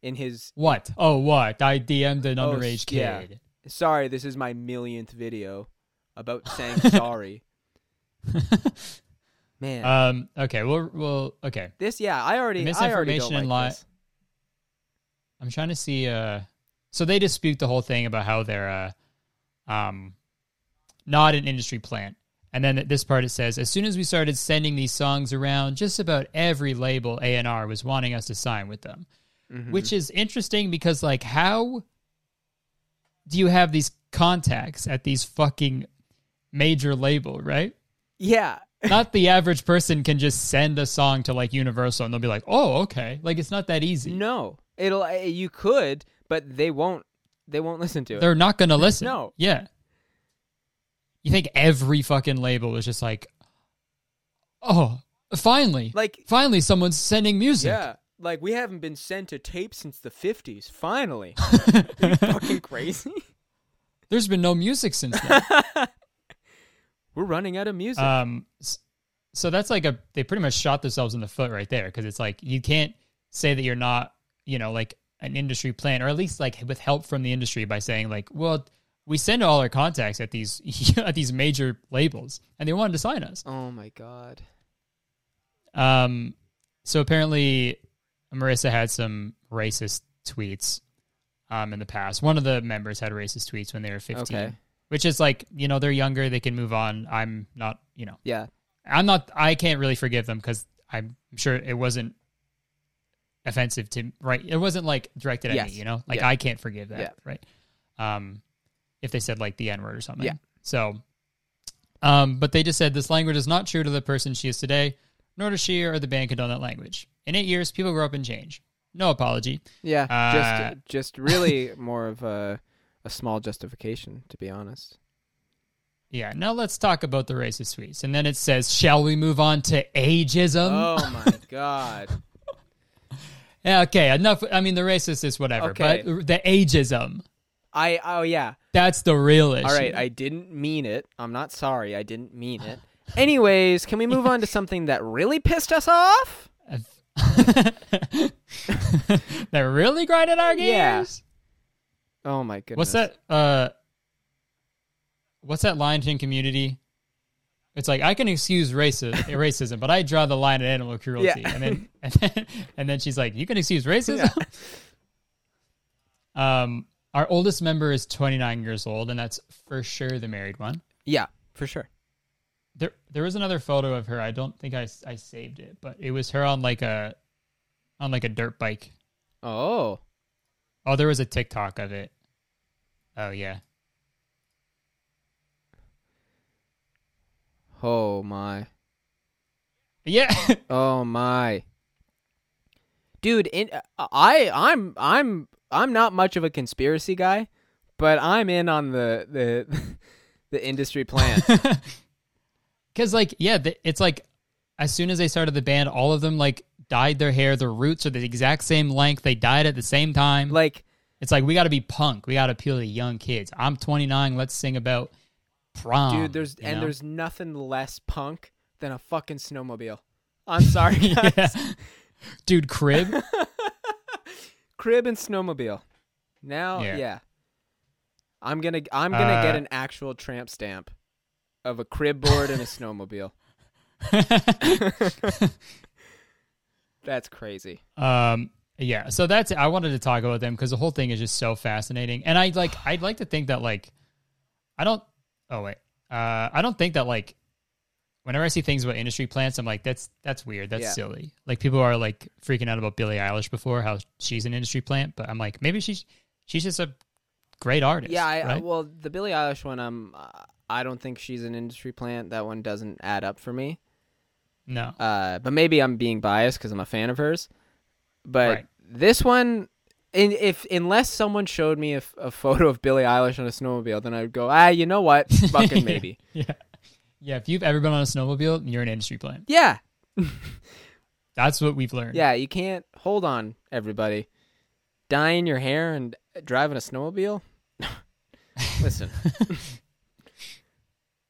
A: in his
B: What? Oh what? I DM'd an
A: Oh,
B: underage
A: yeah.
B: kid.
A: sorry, this is my millionth video about
B: [laughs]
A: saying sorry. Man,
B: Um okay, well well okay.
A: this yeah, I already I already don't
B: misinformation and
A: like
B: li-
A: this.
B: I'm trying to see uh so they dispute the whole thing about how they're uh um not an industry plant. And then at this part it says, as soon as we started sending these songs around, just about every label A&R was wanting us to sign with them.
A: Mhm.
B: which is interesting because like how do you have these contacts at these fucking major label right
A: yeah,
B: not the average person can just send a song to like universal and they'll be like oh okay like it's not that easy
A: no, it'll uh, you could, eh, but they won't they won't listen to it.
B: They're not going to listen.
A: No.
B: Yeah. You think every fucking label was just like, oh, finally,
A: Like
B: finally, someone's sending music.
A: yeah, like we haven't been sent a tape since the fifties.
B: [laughs]
A: Finally, Are you fucking crazy. [laughs]
B: There's been no music since then.
A: We're running out of music.
B: um, s- so that's like a they pretty much shot themselves in the foot right there because it's like you can't say that you're not you know like an industry plan or at least like with help from the industry by saying like well we send all our contacts at these [laughs] at these major labels and they wanted to sign us
A: oh my god.
B: um, so apparently, Marissa had some racist tweets um, in the past. One of the members had racist tweets when they were 15,
A: Okay.
B: which is like, you know, they're younger, they can move on. I'm not, you know,
A: Yeah.
B: I'm not, I can't really forgive them because I'm sure it wasn't offensive to, right? It wasn't like directed at
A: Yes.
B: me, you know? Like,
A: Yeah.
B: I can't forgive that,
A: Yeah.
B: right? Um, if they said like the N word or something.
A: Yeah.
B: So, um, but they just said this language is not true to the person she is today, nor does she or the band condone that language. In eight years, people grow up and change. No apology.
A: Yeah.
B: Uh,
A: just just really [laughs] more of a a small justification, to be
B: [laughs]
A: honest.
B: Yeah. Now let's talk about the racist tweets. And then it says, shall we move on to ageism?
A: oh my god.
B: Yeah, okay. Enough. I mean, the racist is whatever,
A: Okay.
B: but the ageism.
A: I oh yeah.
B: That's the real issue.
A: All
B: [laughs]
A: right, I didn't mean it. I'm not sorry. I didn't mean
B: [sighs]
A: it. Anyways, can we move
B: [laughs]
A: on to something that really pissed us off?
B: that really grinded our gears.
A: Yeah. Oh my goodness.
B: What's that? Uh, what's that line in Community? It's like I can excuse racism, racism, but I draw the line at animal cruelty.
A: Yeah.
B: And then, and then, [laughs] and then she's like, "You can excuse racism." [laughs] Um, our oldest member is 29 years old, and that's for sure the married one.
A: Yeah, for sure.
B: there there was another photo of her. I don't think I, s- I saved it, but it was her on like a on like a dirt bike.
A: Oh.
B: Oh, there was a TikTok of it. Oh yeah.
A: Oh my.
B: Yeah. [laughs]
A: Oh my. Dude, in, uh, I I'm I'm I'm not much of a conspiracy guy, but I'm in on the the [laughs] the industry
B: [laughs]
A: plan.
B: Cuz like yeah, th- it's like as soon as they started the band, all of them like dyed their hair, their roots are the exact same length. They dyed at the same time.
A: like
B: it's like we got to be punk. We got to appeal to young kids. I'm 29, let's sing about prom.
A: Dude, there's
B: Um, you
A: and
B: know?
A: there's nothing less punk than a fucking snowmobile. I'm
B: [laughs]
A: sorry, guys.
B: [laughs] Yeah.
A: [laughs]
B: Dude, crib.
A: crib and snowmobile. Now,
B: Yeah.
A: yeah. I'm gonna I'm gonna get
B: Uh,
A: an actual tramp stamp of a crib board and a
B: [laughs]
A: snowmobile. [laughs] That's crazy.
B: Um, yeah. So that's I wanted to talk about them because the whole thing is just so fascinating, and I like I'd like to think that like I don't. Oh wait, uh, I don't think that like whenever I see things about industry plants, I'm like that's that's weird, that's
A: Yeah.
B: silly. Like people are like freaking out about Billie Eilish before how she's an industry plant, but I'm like maybe she's she's just a great artist.
A: yeah, I,
B: right?
A: well, the Billie Eilish one, um, uh, I don't think she's an industry plant. That one doesn't add up for me.
B: no.
A: Uh, but maybe I'm being biased because I'm a fan of hers. But
B: Right.
A: this one, in, if unless someone showed me a, f- a photo of Billie Eilish on a snowmobile, then I would go, ah, you know what, fucking maybe.
B: [laughs] Yeah. Yeah, if you've ever been on a snowmobile, you're an industry plant.
A: Yeah,
B: That's what we've learned.
A: yeah, you can't hold on, everybody. Dyeing your hair and driving a snowmobile. [laughs] Listen.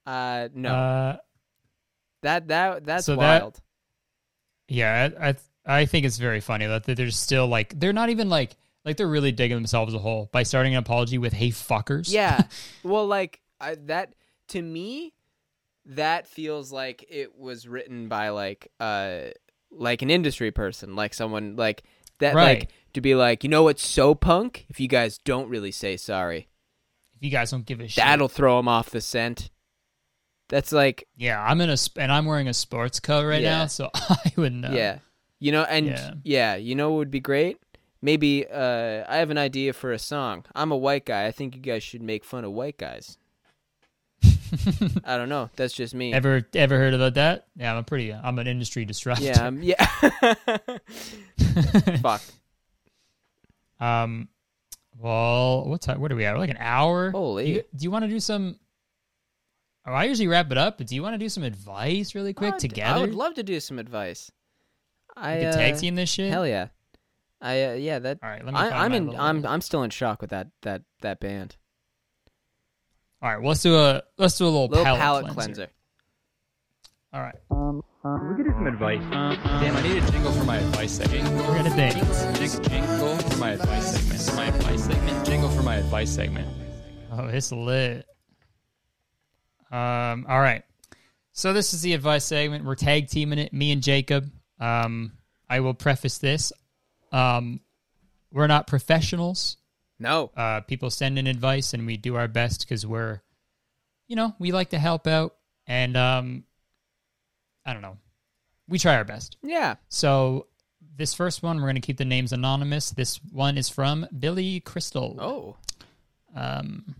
A: uh, no,
B: Uh,
A: that that that's
B: so that-
A: wild.
B: Yeah, I I- I think it's very funny that they're still like they're not even like like they're really digging themselves a hole by starting an apology with "Hey [laughs] fuckers."
A: Yeah. well, like I, that to me, that feels like it was written by like uh like an industry person, like someone like that,
B: Right.
A: like to be like, you know what's so punk? If you guys don't really say sorry,
B: If you guys don't give a shit,
A: that'll throw them off the scent. That's like
B: yeah, I'm in a sp- and I'm wearing a sports coat right
A: Yeah.
B: now, so [laughs] I would know.
A: yeah, you know, and
B: Yeah.
A: yeah. you know what would be great. Maybe uh, I have an idea for a song. I'm a white guy. I think you guys should make fun of white guys. I don't know. That's just me.
B: [laughs] Ever ever heard about that? Yeah, I'm a pretty I'm an industry disruptor.
A: Yeah, um, yeah. Fuck.
B: [laughs] Um, Well, what time? What are we at? We're like an hour.
A: Holy.
B: Do you, do you want to do some? Oh, I usually wrap it up, but do you want to do some advice really quick
A: I'd-
B: together?
A: I would love to do some advice. I
B: we could tag
A: uh,
B: team this shit.
A: Hell yeah. I uh, yeah that.
B: All right, let me.
A: I,
B: find
A: I'm
B: my
A: in.
B: little-
A: I'm I'm still in shock with that that that band.
B: All right, well, let's do a let's do a little,
A: Little
B: palate,
A: palate,
B: cleanser.
A: cleanser.
B: All right,
C: We could do some advice.
D: Damn, I need a jingle for my advice segment.
B: we're gonna dance.
D: Jing- Jingle for my advice segment. My advice segment. Jingle for my advice segment.
B: Oh, it's lit. Um, all right. So this is the advice segment. We're tag teaming it, me and Jacob. Um, I will preface this. Um, we're not professionals.
A: No.
B: Uh, people send in advice, and we do our best because we're, you know, we like to help out, and um, I don't know, we try our best.
A: Yeah.
B: So this first one, we're gonna keep the names anonymous. This one is from Billy Crystal.
A: Oh.
B: Um,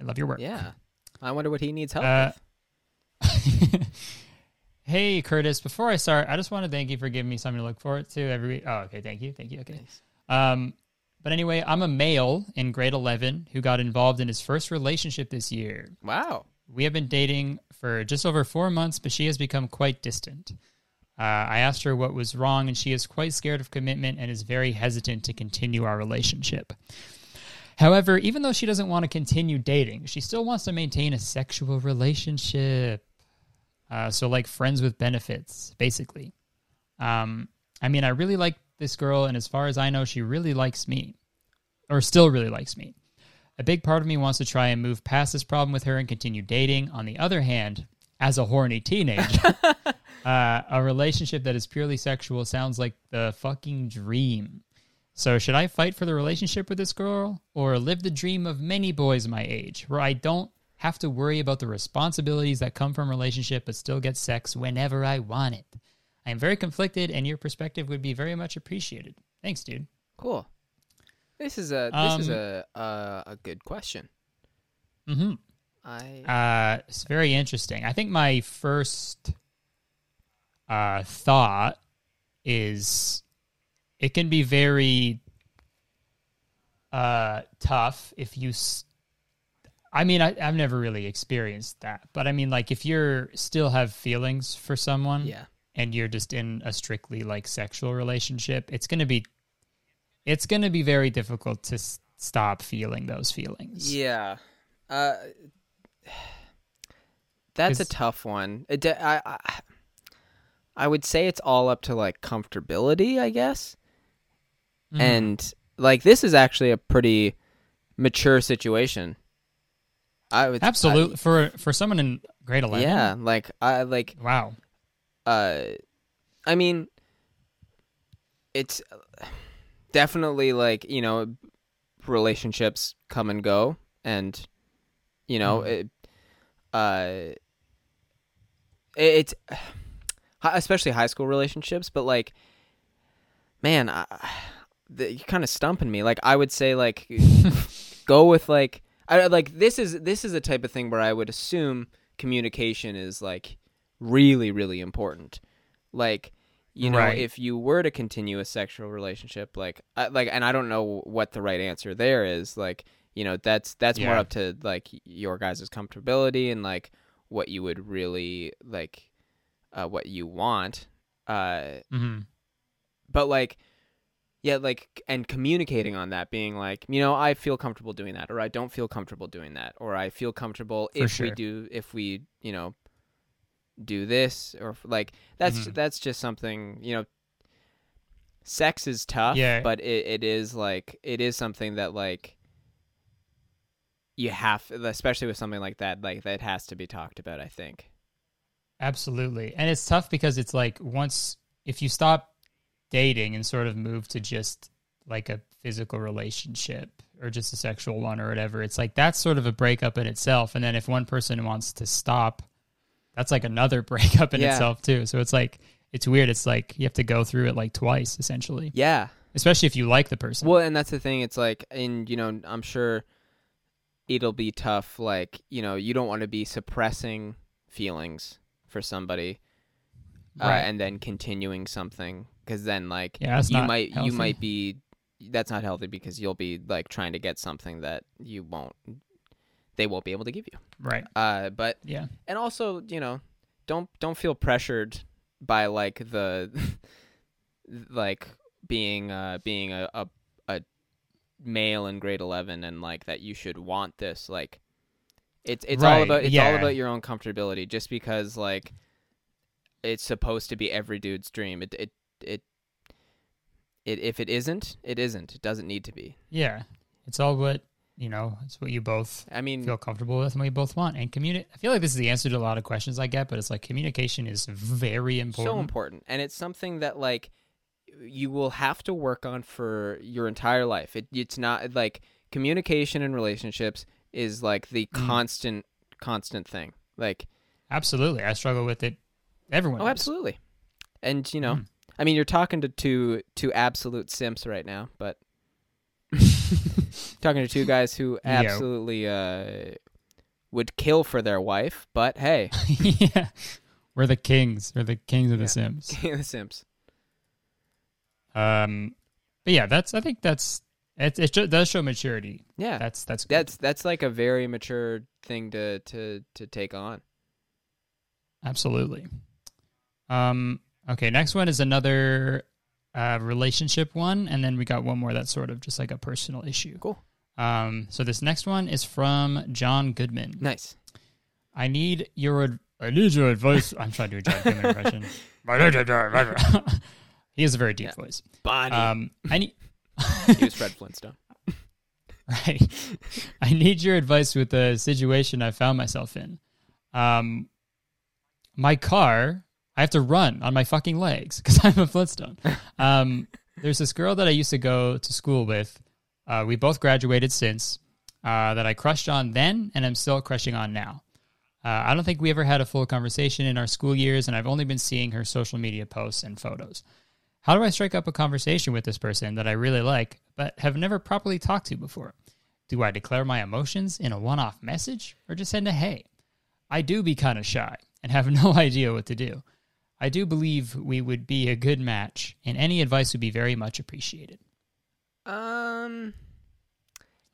B: I love your work.
A: Yeah. I wonder what he needs help
B: Uh, [laughs]
A: with.
B: hey Curtis, before I start, I just want to thank you for giving me something to look forward to every week. Oh, okay, thank you, thank you, okay. Um, but anyway, I'm a male in grade 11 who got involved in his first relationship this year.
A: Wow.
B: We have been dating for just over four months, but she has become quite distant. Uh, I asked her what was wrong, and she is quite scared of commitment and is very hesitant to continue our relationship. However, even though she doesn't want to continue dating, she still wants to maintain a sexual relationship. Uh, so, like friends with benefits, basically. Um, I mean, I really like this girl, and as far as I know, she really likes me, or still really likes me. A big part of me wants to try and move past this problem with her and continue dating. On the other hand, as a horny teenager, uh, a relationship that is purely sexual sounds like the fucking dream. So, should I fight for the relationship with this girl or live the dream of many boys my age where I don't have to worry about the responsibilities that come from relationship but still get sex whenever I want it? I am very conflicted and your perspective would be very much appreciated. Thanks, dude.
A: Cool. This is a this is
B: Um,
A: a uh, a good question.
B: Mm-hmm.
A: I
B: Uh, it's very interesting. I think my first uh, thought is it can be very uh, tough if you. s I I mean, I, I've never really experienced that, but I mean, like if you're still have feelings for someone,
A: yeah.
B: and you're just in a strictly like sexual relationship, it's gonna be, it's gonna be very difficult to s- stop feeling those feelings.
A: Yeah. Uh, [sighs] that's a
B: 'Cause-
A: tough one. It de- I, I, I would say it's all up to like comfortability, I guess.
B: Mhm.
A: And like this is actually a pretty mature situation. I would I-
B: Absolutely for for someone in grade eleven.
A: yeah, like I like
B: Wow.
A: uh I mean it's uh, definitely like, you know, relationships come and go and you know, it, uh it- it's [sighs] hi- especially high school relationships, but like man, I, [sighs] the, you're kind of stumping me. Like I would say like go with like I like this is this is a type of thing where I would assume communication is like really really important. Like you know,
B: Right.
A: if you were to continue a sexual relationship, like I, like and I don't know what the right answer there is, like you know, that's that's more
B: Yeah.
A: up to like your guys' comfortability and like what you would really like uh what you want. Uh
B: hmm
A: but like yeah like and communicating on that being like you know i feel comfortable doing that or i don't feel comfortable doing that or i feel comfortable
B: For
A: if we
B: sure.
A: do if we you know do this or if- like that's
B: Mhm.
A: that's just something you know sex is tough
B: Yeah.
A: but it, it is like it is something that like you have especially with something like that like that has to be talked about i think
B: Absolutely. And it's tough because it's like once if you stop dating and sort of move to just like a physical relationship or just a sexual one or whatever, it's like that's sort of a breakup in itself. And then if one person wants to stop, that's like another [laughs] breakup in
A: Yeah.
B: itself too. So it's like it's weird. It's like you have to go through it like twice essentially.
A: yeah
B: Especially if you like the person.
A: Well, and that's the thing. It's like, and you know, I'm sure it'll be tough. Like, you know, you don't want to be suppressing feelings for somebody, uh,
B: Right.
A: and then continuing something because then, like,
B: Yeah, that's
A: you
B: not
A: might
B: healthy.
A: you might be that's not healthy because you'll be like trying to get something that you won't they won't be able to give you.
B: Right.
A: Uh but
B: Yeah.
A: and also you know don't don't feel pressured by like the [laughs] like being uh being a, a a male in grade 11 and like that you should want this like it's it's all
B: Right,
A: about it's all
B: yeah.
A: about your own comfortability just because like it's supposed to be every dude's dream it it it, it if it isn't it isn't it doesn't need to be
B: Yeah. It's all what, you know, it's what you both
A: i mean
B: feel comfortable with and what you both want. And communicate. I feel like this is the answer to a lot of questions I get, but it's like communication is very important.
A: so important and it's something that like you will have to work on for your entire life it, it's not like communication and relationships is like the
B: Mm.
A: constant constant thing like
B: Absolutely. I struggle with it. Everyone.
A: oh
B: does.
A: absolutely and you know
B: Mm.
A: i mean you're talking to two two absolute simps right now but [laughs] talking to two guys who
B: [laughs] Yeah.
A: absolutely uh would kill for their wife but
B: [laughs]
A: hey [laughs]
B: yeah. We're the kings. We're the kings of the
A: Yeah.
B: Sims.
A: the simps
B: Um, but yeah, that's. I think that's. It, it sh- does show maturity.
A: yeah
B: That's that's good.
A: that's that's like a very mature thing to to to take on.
B: absolutely. Um. Okay. Next one is another uh, relationship one, and then we got one more that's sort of just like a personal issue.
A: Cool.
B: Um. So this next one is from John Goodman.
A: Nice.
B: I need your ad- I need your advice. I'm trying to do a John Goodman impression. [laughs] he has a very deep
A: Yeah.
B: voice.
A: Bonnie.
B: Um. I need.
A: he was Fred Flintstone.
B: Right. I [laughs] need your advice with the situation I found myself in. Um, my car, I have to run on my fucking legs [laughs] because I'm a Flintstone. Um, there's this girl that I used to go to school with. Uh, we both graduated since uh, that I crushed on then and I'm still crushing on now. Uh, I don't think we ever had a full conversation in our school years, and I've only been seeing her social media posts and photos. How do I strike up a conversation with this person that I really like, but have never properly talked to before? Do I declare my emotions in a one off message or just send a hey? I do be kind of shy and have [laughs] no idea what to do. I do believe we would be a good match, and any advice would be very much appreciated.
A: Um,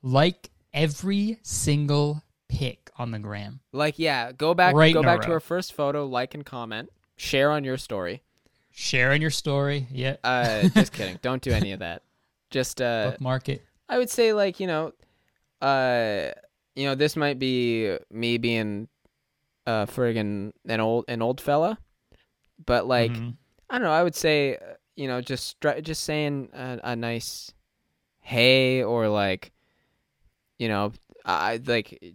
B: Like every single pic on the gram.
A: like yeah, go back,
B: Right
A: go
B: in a
A: back to
B: row.
A: our first photo, like and comment, share on your story.
B: Sharing your story. Yeah. [laughs]
A: Uh, just kidding. Don't do any of that. Just uh,
B: bookmark it.
A: I would say like you know, uh, you know this might be me being, uh, friggin' an old an old fella, but like
B: Mhm.
A: I don't know. I would say, uh, you know, just str- just saying a, a nice hey or like, you know, I like.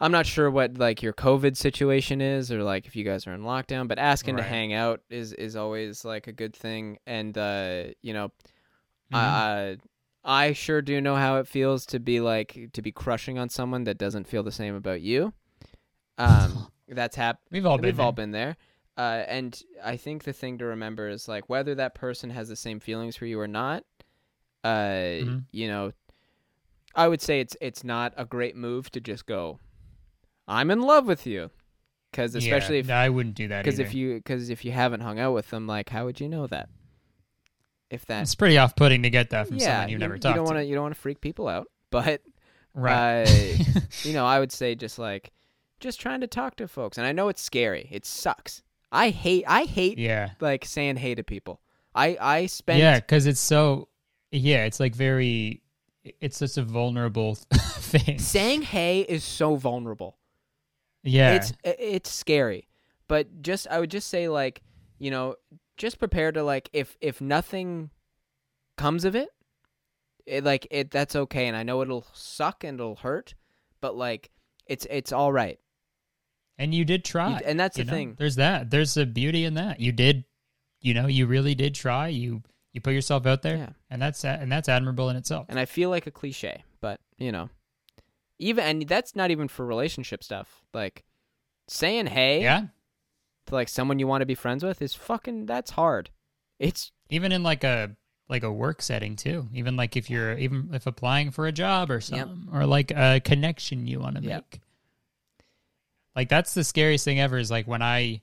A: I'm not sure what like your COVID situation is or like if you guys are in lockdown, but asking to
B: Right.
A: hang out is is always like a good thing. And uh, you know,
B: Mhm.
A: I I sure do know how it feels to be like to be crushing on someone that doesn't feel the same about you. Um, that's hap-
B: We've all been.
A: we've all
B: there.
A: been there. Uh, and I think the thing to remember is like whether that person has the same feelings for you or not. Uh,
B: Mhm.
A: you know, I would say it's it's not a great move to just go. I'm in love with you, because
B: Yeah,
A: especially if
B: I wouldn't do that.
A: because if
B: either.
A: you because if you haven't hung out with them, like how would you know that? If that
B: It's pretty off putting to get that from
A: yeah,
B: someone you've never
A: you
B: talked
A: don't
B: to.
A: want to you don't want to freak people out, [laughs] but
B: right. [laughs]
A: you know, I would say just like just trying to talk to folks. And I know it's scary. It sucks. I hate I hate
B: yeah.
A: like saying hey to people. I I spent
B: Yeah, because it's so. Yeah, it's like very. It's such a vulnerable [laughs] thing.
A: saying hey is so vulnerable.
B: Yeah,
A: It's i- it's scary. But just I would just say like, you know, just prepare to like if if nothing comes of it, it like it that's okay and I know it'll suck and it'll hurt, but like it's it's all right.
B: and you did
A: You-
B: try.
A: and that's
B: you
A: the
B: know?
A: thing.
B: There's that. There's the beauty in that. You did. You know, you really did try. You you put yourself out there,
A: Yeah.
B: and that's a- and that's admirable in itself.
A: and I feel like a cliche, but you know, even and that's not even for relationship stuff. Like saying hey
B: yeah,
A: to like someone you want to be friends with is fucking that's hard. It's
B: even in like a like a work setting too. Even like if you're even if applying for a job or something, or like a connection you want to
A: Yep.
B: make. Like that's the scariest thing ever. Is like when I,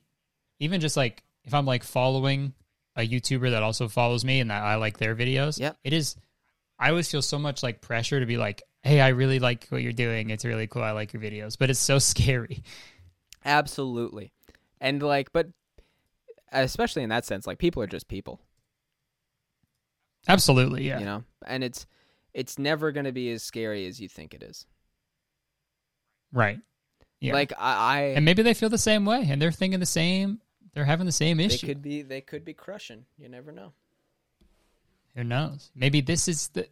B: even just like if I'm like following a YouTuber that also follows me and that I like their videos.
A: Yep.
B: It is I always feel so much like pressure to be like, hey, I really like what you're doing. It's really cool. I like your videos. But it's so [laughs] scary.
A: Absolutely. And like, but especially in that sense, like people are just people,
B: Absolutely. Yeah.
A: you know, and it's it's never gonna be as scary as you think it is.
B: Right. Yeah.
A: Like I, I
B: And maybe they feel the same way and they're thinking the same they're having the same
A: they
B: issue.
A: could be they could be crushing. You never know.
B: Who knows? Maybe this is the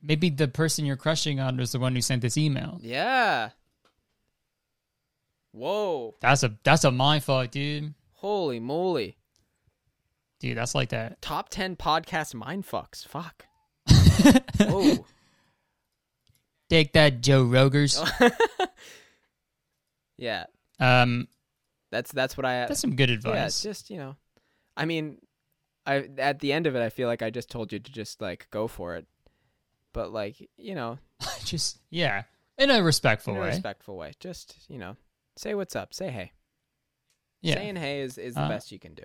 B: maybe the person you're crushing on was the one who sent this email.
A: Yeah. Whoa!
B: That's a that's a mind fuck, dude.
A: Holy moly!
B: Dude, that's like that.
A: Top ten podcast mind fucks.
B: [laughs]
A: Fuck. Whoa. [laughs]
B: Take that, Joe
A: Oh.
B: Rogers.
A: yeah.
B: Um,
A: That's that's what I.
B: that's some good
A: yeah.
B: advice.
A: Just you know, I mean, I at the end of it, I feel like I just told you to just like go for it, but like you know,
B: [laughs] just, yeah, in a respectful
A: in a
B: way.
A: respectful way. Just you know, say what's up. Say hey.
B: yeah,
A: Saying hey is is the
B: Uh,
A: best you can do.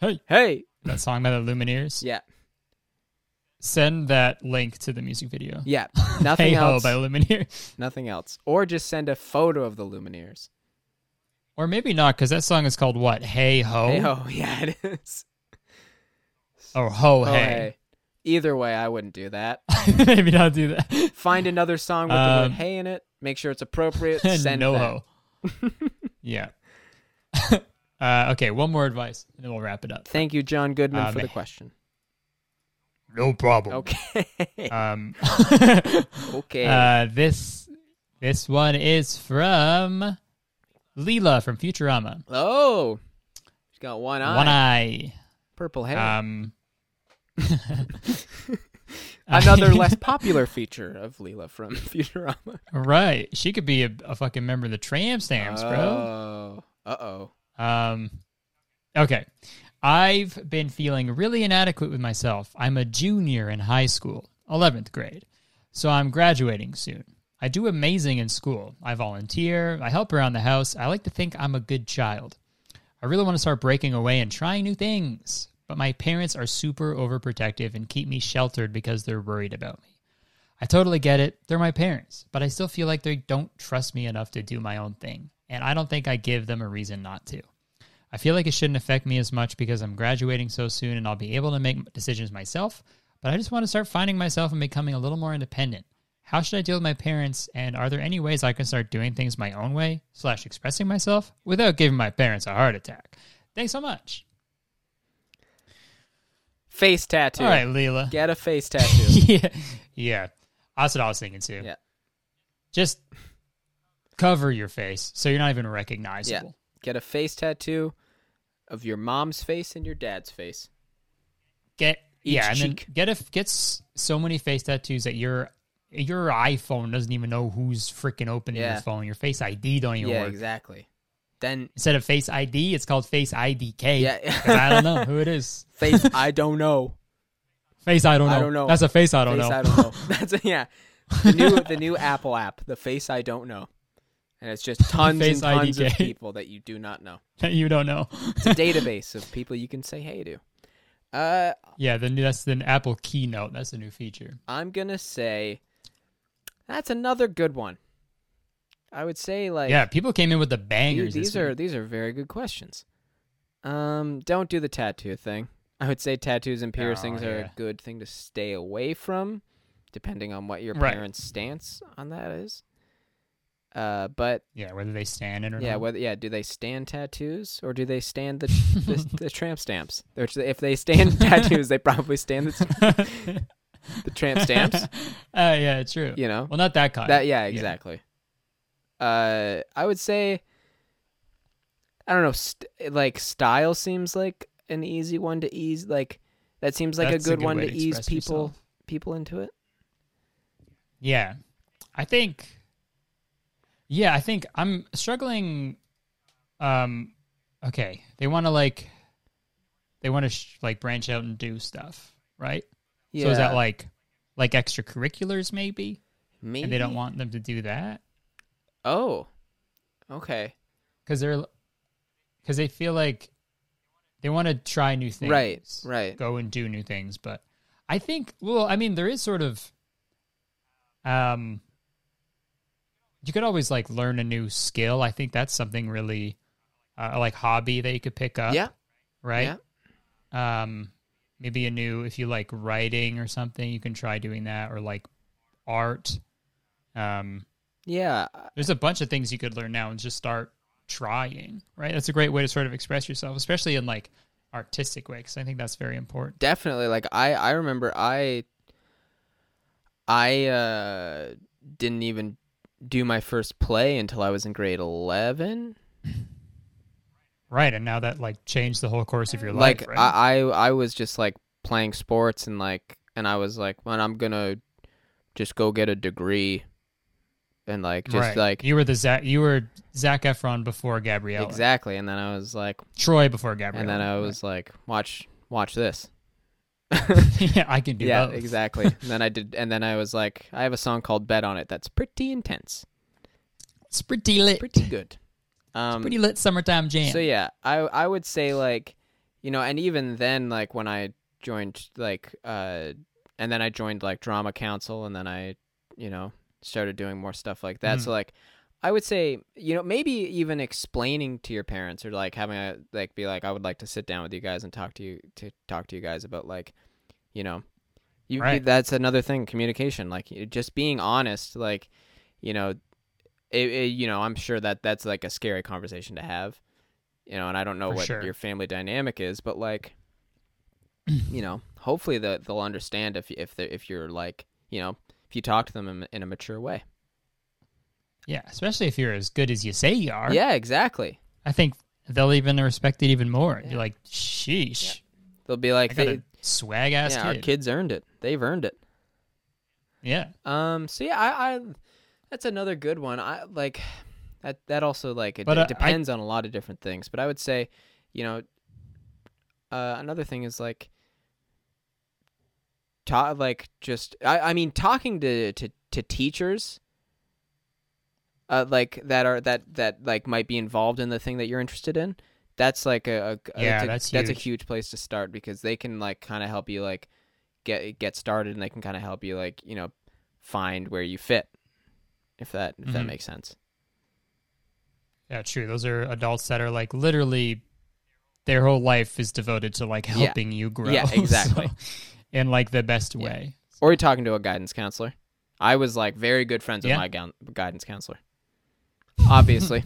B: Hey.
A: Hey.
B: that song by the Lumineers.
A: Yeah.
B: Send that link to the music video. [laughs]
A: Yeah. Nothing
B: hey
A: else.
B: ho by Lumineers,
A: Nothing else. Or just send a photo of the Lumineers.
B: or maybe not because that song is called what? Hey ho.
A: Hey ho. [laughs] Yeah, it is.
B: Or ho
A: Oh,
B: hey.
A: hey. Either way, I wouldn't do that.
B: [laughs] maybe not do that. [laughs]
A: Find another song with the
B: Um,
A: word hey in it. Make sure it's
B: [laughs]
A: appropriate. Send
B: no
A: that. [laughs]
B: ho. yeah. [laughs] uh, okay, one more advice, and then we'll wrap it up.
A: Thank you, John Goodman,
B: Um,
A: for the question.
B: No problem.
A: Okay. [laughs]
B: Um,
A: okay.
B: Uh, this this one is from Leela from Futurama.
A: oh. She's got one eye.
B: One eye.
A: Purple hair.
B: Um,
A: [laughs]
B: [laughs]
A: Another less popular feature of Leela from [laughs] Futurama.
B: right. She could be a, a fucking member of the Tram Stamps,
A: Oh.
B: bro.
A: Uh oh.
B: Um, okay. I've been feeling really inadequate with myself. I'm a junior in high school, 11th grade. So I'm graduating soon. I do amazing in school. I volunteer, I help around the house. I like to think I'm a good child. I really want to start breaking away and trying new things, but my parents are super overprotective and keep me sheltered because they're worried about me. I totally get it. They're my parents, but I still feel like they don't trust me enough to do my own thing, and I don't think I give them a reason not to. I feel like it shouldn't affect me as much because I'm graduating so soon and I'll be able to make decisions myself, but I just want to start finding myself and becoming a little more independent. How should I deal with my parents, and are there any ways I can start doing things my own way slash expressing myself without giving my parents a heart attack? Thanks so much.
A: Face tattoo.
B: All right, Leela.
A: Get a face
B: [laughs]
A: tattoo.
B: yeah, yeah. That's what I was thinking too.
A: Yeah.
B: Just cover your face so you're not even recognizable.
A: Get a face tattoo of your mom's face and your dad's face.
B: Get
A: Each
B: yeah, and
A: cheek.
B: then get a get s- so many face tattoos that your your iPhone doesn't even know who's freaking opening
A: Yeah.
B: your phone. Your Face ID don't even
A: yeah,
B: work.
A: exactly. Then
B: Instead of Face ID, it's called Face IDK.
A: Yeah.
B: [laughs] 'cause I don't know who it is. [laughs]
A: face I don't know.
B: Face I don't know.
A: I don't know.
B: That's a face I don't
A: face
B: know.
A: I don't know. [laughs] That's yeah. The
B: [laughs]
A: new the new Apple app, the face I don't know. And it's just tons
B: Face
A: and tons of
B: IDK.
A: people that you do not know.
B: that [laughs] you don't know.
A: It's a database of people you can say hey to. Uh
B: yeah, then that's the Apple Keynote. That's a new feature.
A: I'm gonna say that's another good one. I would say like
B: yeah, people came in with the
A: Dude,
B: bangers.
A: these
B: this
A: are
B: week.
A: these are very good questions. Um, don't do the tattoo thing. [laughs] I would say tattoos and piercings are
B: Oh, yeah.
A: a good thing to stay away from, depending on what your
B: Right.
A: parents' stance on that is. Uh, but
B: yeah, whether they stand in or
A: yeah,
B: not.
A: whether yeah, do they stand tattoos or do they stand the the,
B: [laughs]
A: the tramp stamps? Which if they stand tattoos, they probably stand
B: [laughs]
A: the,
B: uh,
A: the tramp
B: [laughs]
A: stamps.
B: yeah, true.
A: You know,
B: Well, not that kind.
A: That yeah, exactly. Uh, I would say, I don't know, st- like style seems like an easy one to ease. Like that seems like
B: That's
A: a, good one
B: way
A: to ease
B: express
A: people
B: yourself.
A: people into it.
B: Yeah, I think. Yeah, I think I'm struggling. Um, okay, they want to like, they want to sh- like branch out and do stuff, right?
A: Yeah,
B: So is that like, like extracurriculars maybe?
A: maybe
B: And they don't want them to do that
A: Oh, okay.
B: because they're, because they feel like They want to try new things.
A: Right, right.
B: Go and do new things, but I think well, I mean there is sort of um you could always like learn a new skill. I think that's something really uh, like hobby that you could pick up.
A: yeah.
B: Right? Um maybe a new if you like writing or something, you can try doing that or like art. Um
A: Yeah. Yeah.
B: there's a bunch of things you could learn now and just start trying right that's a great way to sort of express yourself especially in like artistic way because i think that's very important
A: Definitely. Like I I remember I I uh didn't even do my first play until I was in grade 11.
B: right and now that like changed the whole course of your life
A: like
B: right?
A: I, I I was just like playing sports and like and I was like, "Man, I'm going to just go get a degree." And like just
B: Right.
A: like
B: you were the zach you were zach efron before gabrielle
A: exactly. And then I was like,
B: troy before gabrielle
A: and then I was like, "Watch watch this."
B: [laughs] yeah i can do
A: yeah,
B: both.
A: exactly. and then I did, and then I was like, I have a song called "Bet on It" that's pretty intense,
B: it's pretty lit
A: pretty good. Um,
B: pretty lit summertime jam
A: so yeah, I I would say like, you know, and even then, like when I joined, like, uh, and then I joined like drama council, and then I, you know, started doing more stuff like that.
B: Mhm.
A: So like. I would say, you know, maybe even explaining to your parents or like having a like be like, I would like to sit down with you guys and talk to you to talk to you guys about like, you know, you,
B: Right.
A: that's another thing, communication. Like you- just being honest, like, you know, it, it, you know, I'm sure that that's like a scary conversation to have, you know, and I don't know
B: For
A: what
B: sure.
A: your family dynamic is, but
B: [clears throat]
A: like, you know, hopefully that they'll understand if if they if you're like, you know, if you talk to them in, in a mature way.
B: yeah especially if you're as good as you say you are
A: Yeah, exactly.
B: i think they'll even respect it even more you're like sheesh
A: They'll be
B: i
A: like,
B: got
A: they-
B: a swag ass
A: yeah, our
B: kid
A: kids earned it. They've earned it.
B: yeah
A: Um. So yeah, I, I that's another good one. I like that. That also like it,
B: But,
A: it
B: uh, I-
A: depends on a lot of different things. But I would say, you know, uh, another thing is like, ta- like just I, I mean talking to to to teachers. Uh, like that are that that like might be involved in the thing that you're interested in. That's like a, a
B: Yeah,
A: a,
B: that's
A: that's a
B: huge.
A: huge place to start because they can like kind of help you like get get started and they can kind of help you like you know find where you fit if that if that
B: Mhm.
A: makes sense
B: Yeah, true. Those are adults that are like literally their whole life is devoted to like helping you grow.
A: Yeah,
B: [laughs] So,
A: exactly.
B: in like the best
A: Yeah.
B: way.
A: or you're talking to a guidance counselor i was like very good friends with
B: Yeah.
A: my goun guidance counselor [laughs] obviously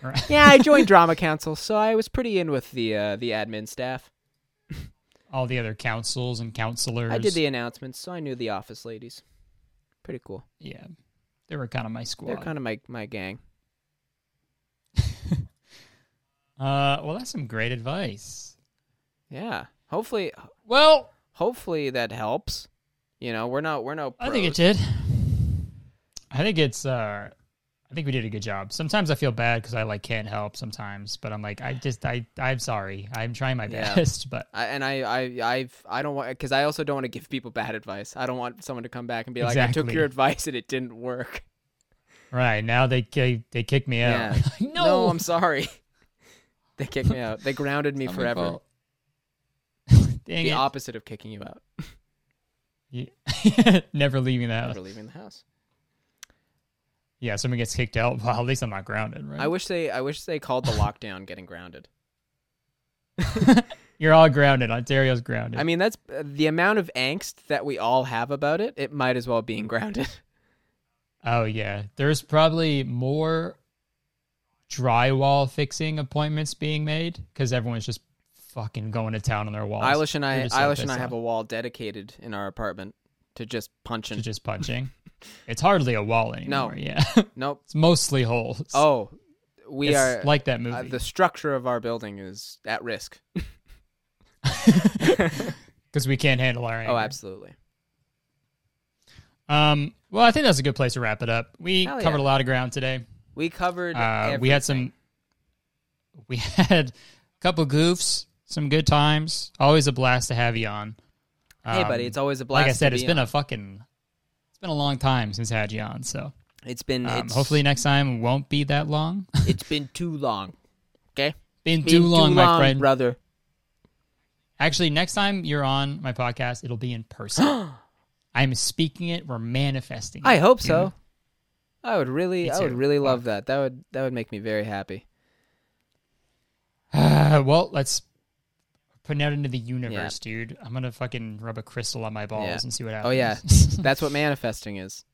B: Right.
A: yeah i [laughs] joined drama council so i was pretty in with the uh, the admin staff
B: All the other councils and counselors.
A: i did the announcements so i knew the office ladies pretty cool
B: Yeah. They were kind of my squad.
A: they're kind of my, my gang
B: uh well that's some great advice.
A: yeah hopefully
B: Well,
A: hopefully that helps you know we're not we're no
B: I think it
A: pros.
B: did. I think it's uh I think we did a good job. Sometimes I feel bad cuz I like can't help sometimes, but I'm like I just I I'm sorry. I'm trying my
A: Yeah.
B: best, [laughs] but
A: I, and I, I, I've, I don't want because I also don't want to give people bad advice. I don't want someone to come back and be like, "I took
B: Exactly.
A: your advice and it didn't work."
B: right, now they they, they kick me out. [laughs]
A: Yeah.
B: no,
A: I'm sorry. [laughs] they kicked me out. They grounded me
D: Not my
A: forever.
D: fault.
B: Dang
A: The
B: it.
A: opposite of kicking you out,
B: Yeah. [laughs] Never leaving the house.
A: never leaving the house.
B: Yeah, someone gets kicked out. Well, at least I'm not grounded, right?
A: I wish they, I wish they
B: [laughs]
A: called the lockdown getting grounded.
B: You're all grounded. Ontario's grounded.
A: I mean, that's uh, the amount of angst that we all have about it. It might as well being
D: Mm. [laughs]
A: grounded. [laughs]
B: oh, yeah. There's probably more drywall fixing appointments being made because everyone's just fucking going to town on their walls.
A: Eilish and I,
B: They're just so
A: Eilish and I
B: pissed
A: have
B: off. [laughs]
A: a wall dedicated in our apartment to just punching.
B: to just
A: [laughs]
B: punching. it's hardly a wall anymore. Yeah. [laughs]
A: nope.
B: it's mostly holes.
A: Oh, we
B: It's
A: are
B: like that movie.
A: uh, the structure of our building is at risk.
B: Because we can't handle our anger.
A: Oh, absolutely.
B: Um, well, I think that's a good place to wrap it up. We
A: Hell
B: covered
A: yeah.
B: a lot of ground today.
A: We covered.
B: Uh, we had some. [laughs] We had a couple goofs, some good times. Always a blast to have you on.
A: everything. Hey,
B: Um,
A: buddy, it's always a blast.
B: like I said,
A: to
B: it's
A: be
B: been
A: on.
B: a fucking, it's been a long time since I had you on. So
A: It's been.
B: um,
A: it's,
B: hopefully next time won't be that long. [laughs]
A: it's been too long. Okay.
B: Been
A: Been
B: too long, my friend.
A: brother.
B: Actually, next time you're on my podcast, it'll be
A: [gasps]
B: in person. I'm speaking it. We're manifesting.
A: I
B: it.
A: hope so. I would really,
B: Me
A: I would
B: too.
A: really love that. That would that would make me very happy.
B: Uh, [sighs] well, let's put it out into the universe, dude. I'm gonna fucking rub a crystal on my balls
A: Yeah.
B: and see what happens.
A: Oh,
B: [laughs]
A: yeah. That's what manifesting is.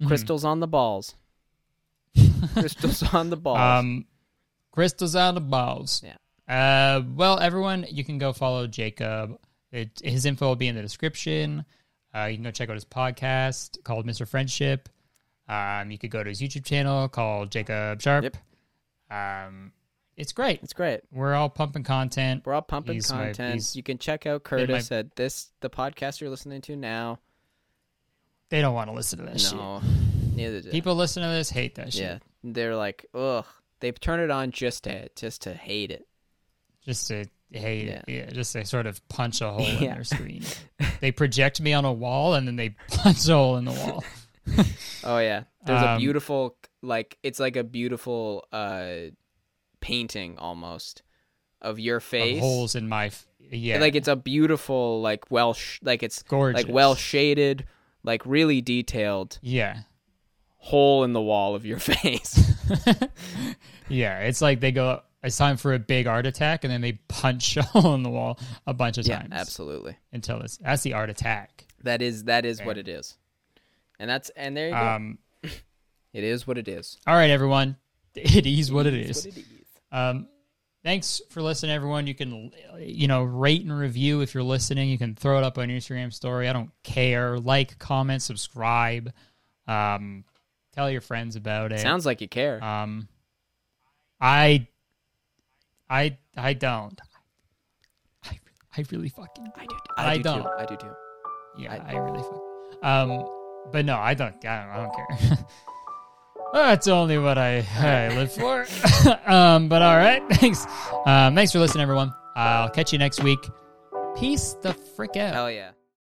B: Mhm.
A: Crystals on the
B: [laughs]
A: balls. Crystals on the balls.
B: Um, crystals on the balls.
A: Yeah.
B: Uh, well, everyone, you can go follow Jacob. It, his info will be in the description. Uh, you can go check out his podcast called Mr. Friendship. Um, you could go to his YouTube channel called Jacob Sharp.
A: Yep.
B: Um, it's great.
A: it's great.
B: We're all pumping content.
A: We're all pumping
B: He's my-
A: content.
B: he's
A: you can check out
B: my-
A: Curtis at this the podcast you're listening to now.
B: They don't want to listen to this
A: No, neither do
B: shit. Oh, People listen to this hate that shit.
A: Yeah, they're like, ugh. They turn it on just to just to hate it.
B: just to hey
A: Yeah.
B: yeah. just to sort of punch a hole
A: [laughs]
B: in
A: Yeah.
B: their screen they project me on a wall and then they [laughs] punch a hole in the wall
A: Oh yeah, there's a
B: Um,
A: beautiful like it's like a beautiful uh painting almost of your
B: Of
A: face.
B: holes in my f- yeah
A: Like it's a beautiful like well sh- like it's
B: gorgeous
A: like well shaded, like really detailed
B: yeah
A: hole in the wall of your [laughs] face.
B: yeah it's like they go it's time for a big art attack and then they punch [laughs] a hole in the wall a bunch of
A: yeah,
B: times
A: absolutely.
B: until it's that's the art attack
A: That is that is what it is. And that's and there you go.
B: um
A: It is what it is.
B: all right everyone [laughs] it is what it
A: It's
B: is
A: what it is.
B: Um, thanks for listening, everyone. You can, you know, rate and review if you're listening. You can throw it up on your Instagram story. I don't care. Like, comment, subscribe. Um, tell your friends about it.
A: Sounds like you care.
B: um, I, I, I don't. I, I really fucking.
A: I do.
B: I
A: I, do
B: don't.
A: Too. I do too.
B: Yeah,
A: I-
B: I, really fuck. Um, but no, I don't. I don't, I don't care. [laughs] That's only what I, I live for. [laughs] um, but all right, [laughs] thanks. Um, thanks for listening, everyone. I'll catch you next week. Peace the frick out.
A: Hell yeah.